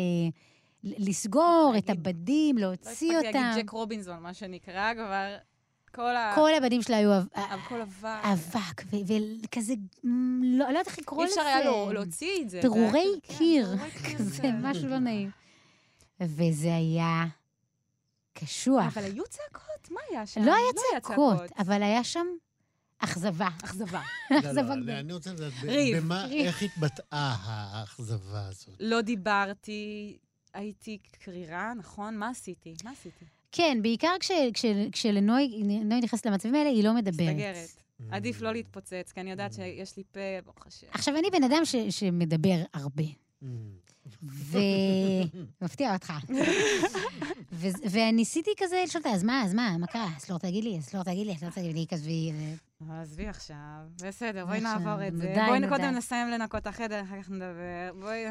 ל- לסגור את להגיד. הבדים, לא להוציא הספקתי אותם. להגיד ג'ק רובינזון, מה שנקרא, כבר כל ה... כל הבדים שלה היו אב- אה, הכל עבר. אבק, ו- וכזה, מ, לא לא יודעת איך לקרוא אי לזה. אפשר היה לו- להוציא את זה. פירורי כן, קיר, פירורי קיר כזה, זה- משהו לא נעים. וזה היה קשוח. אבל היו צעקות, מה היה שם? לא היה צעקות, אבל היה שם אכזבה. אכזבה. לא, לא, אכזבה לא, גדולה. אני רוצה לדעת, ב- ריב, במה, ריב. איך התבטאה האכזבה הזאת? לא דיברתי, הייתי קרירה, נכון? מה עשיתי? מה עשיתי? כן, בעיקר כש, כש, כשלנוי נוי נכנסת למצבים האלה, היא לא מדברת. מסתגרת. Mm, עדיף לא להתפוצץ, כי אני יודעת שיש לי פה, ברוך השם. עכשיו, אני בן אדם ש, שמדבר הרבה, Mm, לא. ו... מפתיע אותך. ו- וניסיתי כזה לשאול אותה, אז מה, אז מה, מה קרה? אז לא תגיד לי, אז לא תגיד לי, אז לא תגיד לי, כזה... והיא, אה, אבל עזבי עכשיו. בסדר, בואי עכשיו, נעבור את זה. די, בואי נו, קודם די. נסיים לנקות את החדר, אחר כך נדבר. בואי...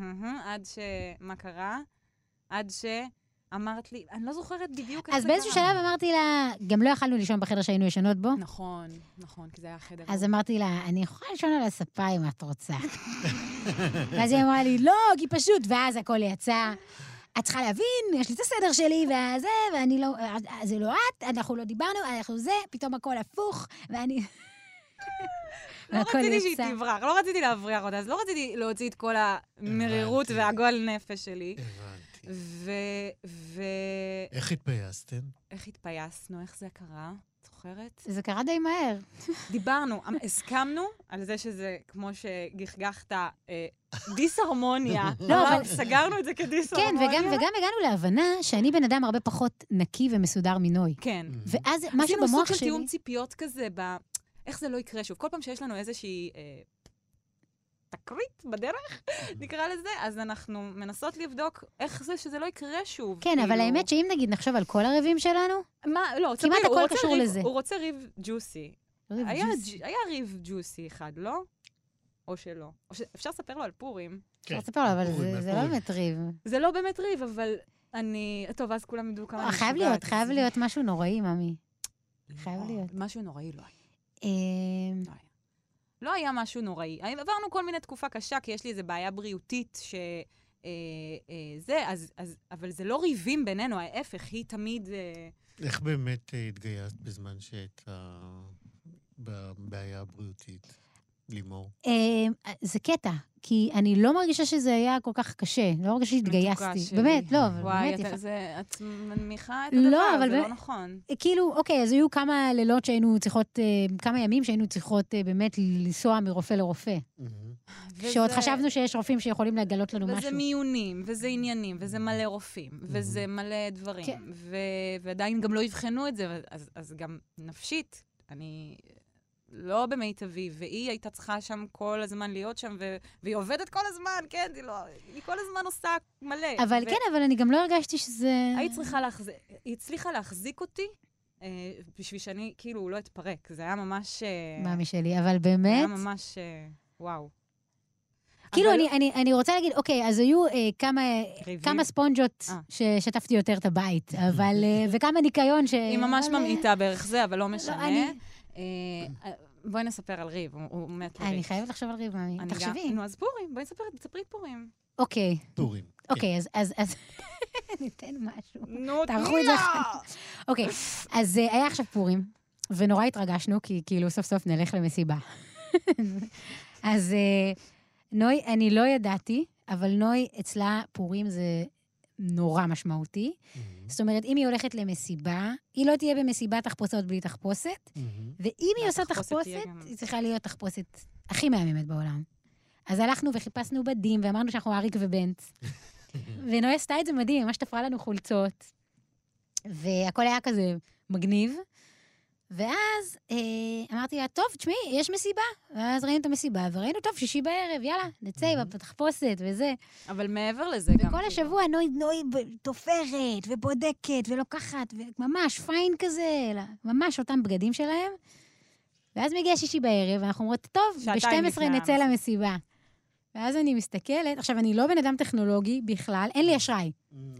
עד ש... מה קרה? עד ש... אמרת לי, אני לא זוכרת בדיוק איך אז זה באיזשהו קרה. שלב אמרתי לה, גם לא יכלנו לישון בחדר שהיינו ישנות בו, נכון, נכון, כי זה היה חדר. אז אמרתי לה, אני יכולה לישון על הספה אם את רוצה. ואז היא אמרה לי, לא, כי פשוט, ואז הכל יצא. את צריכה להבין, יש לי את הסדר שלי, והזה, ואני לא, אה, זה לא את, אנחנו לא דיברנו, אנחנו זה, פתאום הכל הפוך, ואני... לא והכל רציתי שהיא יצא. תברח, לא רציתי להבריח אותה, אז לא רציתי להוציא את כל המרירות הבנתי. והגועל נפש שלי. הבנתי. ו... ו... איך התפייסתן? איך התפייסנו, איך זה קרה? את זוכרת? זה קרה די מהר. דיברנו, אמ- הסכמנו על זה שזה, כמו שגחגחת, אה, דיסהרמוניה. לא, אבל- סגרנו את זה כדיסהרמוניה. כן, וגם, וגם הגענו להבנה שאני בן אדם הרבה פחות נקי ומסודר מנוי. כן. ואז משהו עשינו סוג במוח של שלי... תיאום ציפיות כזה, ב... איך זה לא יקרה שוב. כל פעם שיש לנו איזושהי אה, תקרית בדרך, נקרא לזה, אז אנחנו מנסות לבדוק איך זה שזה לא יקרה שוב. כן, אבל האמת שאם נגיד נחשוב על כל הריבים שלנו, מה, לא, כמעט ספרי, הוא הכל רוצה קשור ריב- לזה. הוא רוצה ריב ג'וסי. ריב היה ג'וס. ג'- היה ריב ג'וסי אחד, לא? או שלא. או ש- אפשר לספר לו על פורים. כן. אפשר לספר לו, לא אבל הפורים, זה- זה לא הפורים. באמת ריב. זה לא באמת ריב, אבל אני... טוב, אז כולם ידעו כמה אני לא, חייב משוגעת. להיות, חייב להיות משהו נוראי, ממי. חייב לא, להיות. משהו נוראי לא היה. אמ, לא היה. לא היה משהו נוראי. הי- עברנו כל מיני תקופה קשה, כי יש לי איזו בעיה בריאותית ש... אה, אה, זה, אז, אז, אבל זה לא ריבים בינינו, ההפך, היא תמיד... אה, איך באמת אה, התגייסת בזמן שהייתה בבעיה הבריאותית, לימור? אמ, זה קטע, כי אני לא מרגישה שזה היה כל כך קשה, לא מרגישה מתוקה שהתגייסתי. שלי. באמת, לא, אבל וואי, באמת אתה, יפה. זה, את מנמיכה את לא, הדבר, אבל זה לא באמת- נכון. כאילו, אוקיי, אז היו כמה לילות שהיינו צריכות, אה, כמה ימים שהיינו צריכות אה, באמת לנסוע מרופא לרופא. שעוד וזה- חשבנו שיש רופאים שיכולים לגלות לנו וזה משהו. Mm-hmm. מיונים, וזה עניינים, וזה מלא רופאים, וזה מלא דברים. כן. ו... ועדיין גם לא אבחנו את זה, אז, אז גם נפשית, אני לא במיטבי, והיא הייתה צריכה שם כל הזמן להיות שם, ו... והיא עובדת כל הזמן, כן, היא, לא... היא כל הזמן עושה מלא. אבל ו- כן, אבל אני גם לא הרגשתי שזה... היית צריכה להחזיק, היא הצליחה להחזיק אותי אה, בשביל שאני כאילו לא אתפרק. זה היה ממש... אה, מאמי שלי, אבל זה היה באמת... ממש... אה, וואו. כאילו, אבל- אני, אני, אני רוצה להגיד, אוקיי, אז היו אה, כמה, ריבים? כמה ספונג'ות אה. ששטפתי יותר את הבית, אבל... אה, וכמה ניקיון ש... היא ממש אבל, אה, ממעיטה בערך זה, אבל לא לא, משנה. אני, אה, בואי נספר על ריב, הוא- הוא מת לריב. אני חייבת לחשוב על ריב, מאמי. אוקיי. אני גם- תחשבי. נו, אז פורים, בואי נספר, תספרי את פורים. אוקיי, פורים. אוקיי, אז... אז, אז... ניתן משהו. נו, תערכו תני את זה לה! אחר אוקיי, אז אה, היה עכשיו פורים, ונורא התרגשנו, כי כאילו סוף סוף נלך למסיבה. אז אה, נוי, אני לא ידעתי, אבל נוי, אצלה פורים זה נורא משמעותי. כן. Mhm, זאת אומרת, אם היא הולכת למסיבה, היא לא תהיה במסיבה תחפושות בלי תחפושת, mhm. ואם היא עושה והתחפושת תחפושת, לא, תהיה גם- היא צריכה להיות תחפושת הכי מהממת בעולם. אז הלכנו וחיפשנו בדים, ואמרנו שאנחנו אריק ובנץ. ונוי עשתה את זה מדהים, היא ממש תפרה לנו חולצות. והכל היה כזה מגניב. ואז אה, אמרתי לה, טוב, תשמעי, יש מסיבה. ואז ראינו את המסיבה, וראינו, טוב, שישי בערב, יאללה, נצא עם התחפושת וזה. אבל מעבר לזה גם... וכל השבוע נוי, נוי ב- תופרת ובודקת ולוקחת, וממש פיין כזה, אלא ממש אותם בגדים שלהם. ואז מגיע שישי בערב, ואנחנו אומרות, טוב, שעתיים ב-12 לפני נצא המסיבה." למסיבה. ואז אני מסתכלת, עכשיו, אני לא בן אדם טכנולוגי בכלל, אין לי אשראי,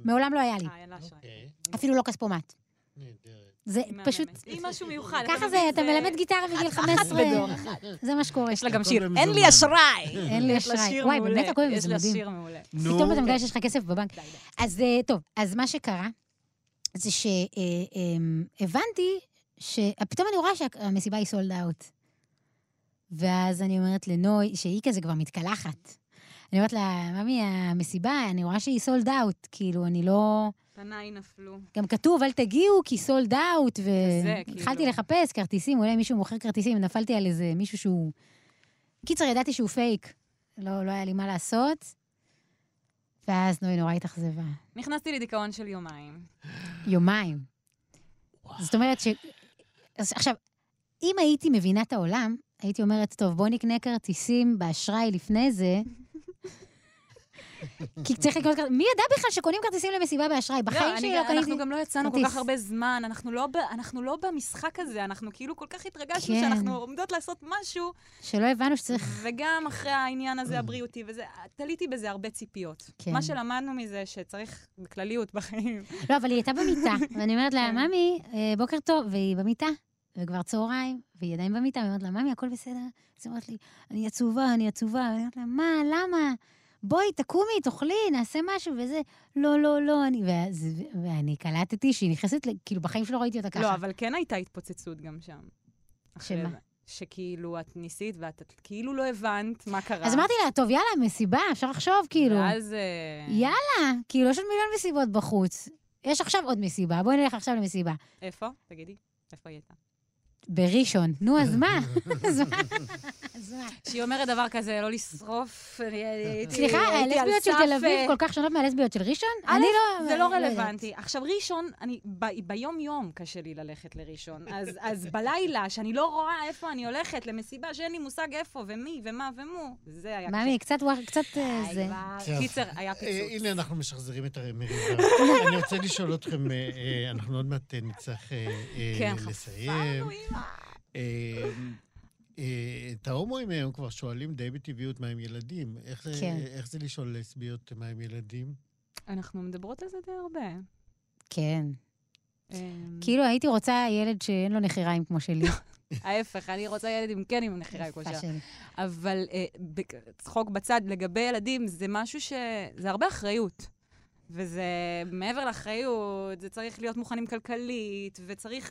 מעולם לא היה לי, אה, אין לה אשראי. אוקיי, אפילו לא כספומט. נהדרת. זה מהממת. פשוט... היא משהו מיוחד. לא ככה זה, אתה מלמד גיטרה בגיל 15, בדור זה מה שקורה. יש לה גם הכל שיר, במזומן. אין לי אשראי! אין לי יש לה אשראי. שיר וואי, מעולה. באמת הכל יש זה לה מדהים. שיר מעולה. פתאום אתה מגלה שיש לך כסף בבנק. אז אה, טוב, אז מה שקרה, זה אה, אמ, שהבנתי, שפתאום אני רואה שהמסיבה היא סולד אאוט. ואז אני אומרת לנוי, שהיא כזה כבר מתקלחת. אני אומרת לה, ממי, המסיבה, אני רואה שהיא סולד אאוט. כאילו, אני לא... פניי נפלו. גם כתוב, אל תגיעו, כי סולד אאוט. כזה, כאילו. והתחלתי לחפש כרטיסים, אולי מישהו מוכר כרטיסים, נפלתי על איזה מישהו שהוא... קיצר, ידעתי שהוא פייק. לא, לא היה לי מה לעשות. ואז נוי נורא התאכזבה. נכנסתי לדיכאון של יומיים. יומיים. זאת אומרת ש... אז עכשיו, אם הייתי מבינה את העולם, הייתי אומרת, טוב, בוא נקנה כרטיסים באשראי לפני זה. כי צריך לקנות כרטיסים. מי ידע בכלל שקונים כרטיסים למסיבה באשראי? בחיים אני- שלי לא קניתי... אנחנו גם לא יצאנו כל כרטיס. כך הרבה זמן, אנחנו לא ב- אנחנו לא במשחק הזה, אנחנו כאילו כל כך התרגשנו כן. שאנחנו עומדות לעשות משהו, שלא הבנו שצריך... וגם אחרי העניין הזה הבריאותי, וזה, תליתי בזה הרבה ציפיות. כן. מה שלמדנו מזה, שצריך בכלליות בחיים. לא, אבל היא הייתה במיטה, ואני אומרת לה, כן. ממי, אה, בוקר טוב, והיא במיטה, וכבר צהריים, והיא עדיין במיטה, ואני אומרת לה, ממי, הכל בסדר? אז היא אומרת לי, אני עצובה, אני עצובה. ואני אומרת לה, מה, למה? בואי, תקומי, תאכלי, נעשה משהו, וזה, לא, לא, לא, אני... ואז, ואני קלטתי שהיא נכנסת, ל- כאילו, בחיים שלא ראיתי אותה ככה. לא, אבל כן הייתה התפוצצות גם שם. אחרי שמה? זה. שכאילו את ניסית ואת את כאילו לא הבנת מה קרה. אז אמרתי לה, טוב, יאללה, מסיבה, אפשר לחשוב, כאילו. ואז... אה, יאללה, כאילו, יש עוד מיליון מסיבות בחוץ. יש עכשיו עוד מסיבה, בואי נלך עכשיו למסיבה. איפה? תגידי. איפה היא הייתה? בראשון. נו, אז מה? אז מה? אז מה? שהיא אומרת דבר כזה, לא לשרוף. אני- הייתי- סליחה, אה, הייתי על הלסביות של סף, תל אביב אה, כל כך שונות מהלסביות של ראשון? א', אני לא... זה לא יודעת. רלוונטי. עכשיו, ראשון, אני ב- ביום-יום קשה לי ללכת לראשון. אז- אז בלילה, שאני לא רואה איפה אני הולכת, למסיבה שאין לי מושג איפה ומי ומה ומו, זה היה מאמי, קצת וואח, קצת אה, די זה. כבר. טוב. קיצר, היה אה, פיצוץ. הנה אנחנו משחזרים את המריבה. אני רוצה לשאול אתכם, אה, אה, אנחנו עוד מעט אה, נצטרך אה, אה, כן, לסיים. חפרנו, אימא. אה, אה, את ההומואים היום כבר שואלים די בטבעיות מה עם ילדים. איך זה- כן. איך זה לשאול לסביות מה עם ילדים? אנחנו מדברות על זה די הרבה. כן. אמ, כאילו הייתי רוצה ילד שאין לו נחיריים כמו שלי. ההפך, אני רוצה ילד עם כן עם נחירה יפה כושר. שלי. אבל אה, בק- צחוק בצד, לגבי ילדים, זה משהו ש... זה הרבה אחריות. וזה מעבר לאחריות, זה צריך להיות מוכנים כלכלית, וצריך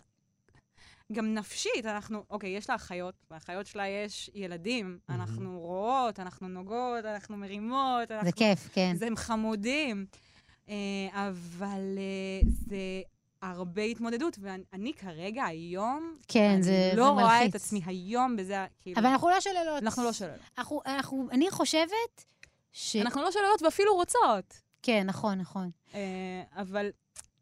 גם נפשית. אנחנו, אוקיי, יש לה אחיות, לאחיות שלה יש ילדים. מהמם. אנחנו רואות, אנחנו נוגעות, אנחנו מרימות, זה אנחנו... כיף, כן. זה הם חמודים. אה, אבל אה, זה הרבה התמודדות, ואני אני כרגע, היום, כן, אני זה זה מלחיץ. לא רואה את עצמי היום בזה, כאילו... אבל אנחנו לא שוללות. אנחנו לא שוללות. אנחנו- אנחנו- אני חושבת ש... אנחנו לא שוללות ואפילו רוצות. כן, נכון, נכון. אה, אבל,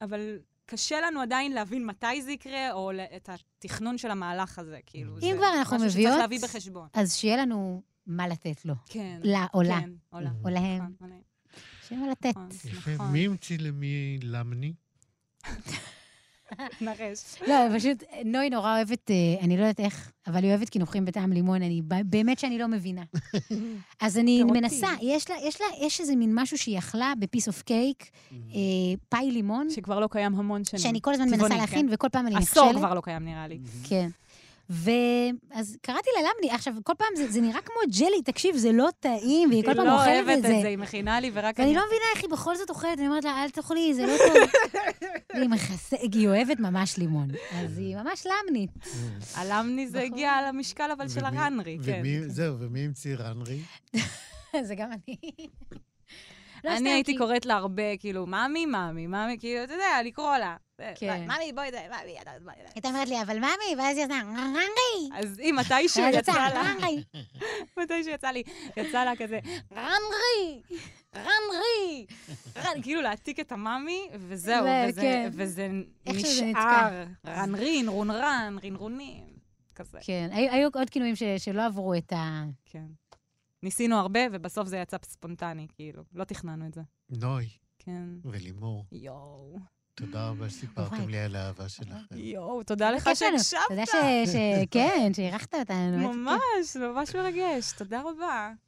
אבל קשה לנו עדיין להבין מתי זה יקרה, או ל- את התכנון של המהלך הזה, כאילו. אם זה כבר אנחנו משהו מביאות- שצריך להביא בחשבון. אז שיהיה לנו מה לתת לו. כן. לה או לה. כן, עולה. או להם. נכון, עולה, שיהיה מה לתת. נכון, יפה, נכון. מי המציא למי למני? נרש. לא, אבל פשוט נוי נורא אוהבת, אה, אני לא יודעת איך, אבל היא אוהבת קינוחים בטעם לימון, אני ב- באמת שאני לא מבינה. אז אני פירותי. מנסה, יש לה, יש לה, יש איזה מין משהו שהיא אכלה בפיס אוף קייק, Mm-hmm. פאי לימון, שכבר לא קיים המון שנים. אה, שאני כל הזמן טבעוני, מנסה כן. להכין, וכל פעם אני נכשלת. עשור כבר לא קיים, נראה לי. כן. ואז קראתי לה למני, עכשיו, כל פעם זה- זה נראה כמו ג'לי, תקשיב, זה לא טעים, והיא כל פעם היא לא אוכלת את אוהבת את זה, זה. היא מכינה לי ורק ואני לא מבינה איך היא בכל זאת אוכלת, אני אומרת לה, אל תאכלי, זה לא טוב. והיא מכסה, היא אוהבת ממש לימון, אז היא ממש למנית. הלמני זה נכון. הגיע על המשקל אבל של ומי- הרנרי, כן. ומי- זהו, ומי המציא רנרי? זה גם אני. לא, סתם, אני הייתי כי- קוראת לה הרבה, כאילו, מאמי, מאמי, מאמי, כאילו, אתה יודע, לקרוא לה. כן. מאמי, בואי, די, מאמי, יאללה, בואי, די. הייתה אומרת לי, אבל ממי, ואז היא עשתה, רנרי. אז היא, מתישהו ואז יצא אה, יצא, לה, רנרי. אה? מתישהו יצא לי, יצא לה כזה, רנרי, רנרי, רן- כאילו להעתיק את המאמי, וזהו, ו- וזה- כן. וזה איכשהו זה נשאר. רנרין, רונרן, רינרונים, כזה, כן, היו היו עוד כינויים ש- שלא עברו את ה... כן. ניסינו הרבה, ובסוף זה יצא ספונטני, כאילו, לא תכננו את זה. נוי כן. ולימור. יואו. תודה רבה שסיפרתם לי על האהבה שלכם. יואו, תודה לך כיף לנו. שהקשבת. תודה ש... ש- כן, שאירחת אותנו. איזה כיף. ממש, ממש מרגש. תודה רבה.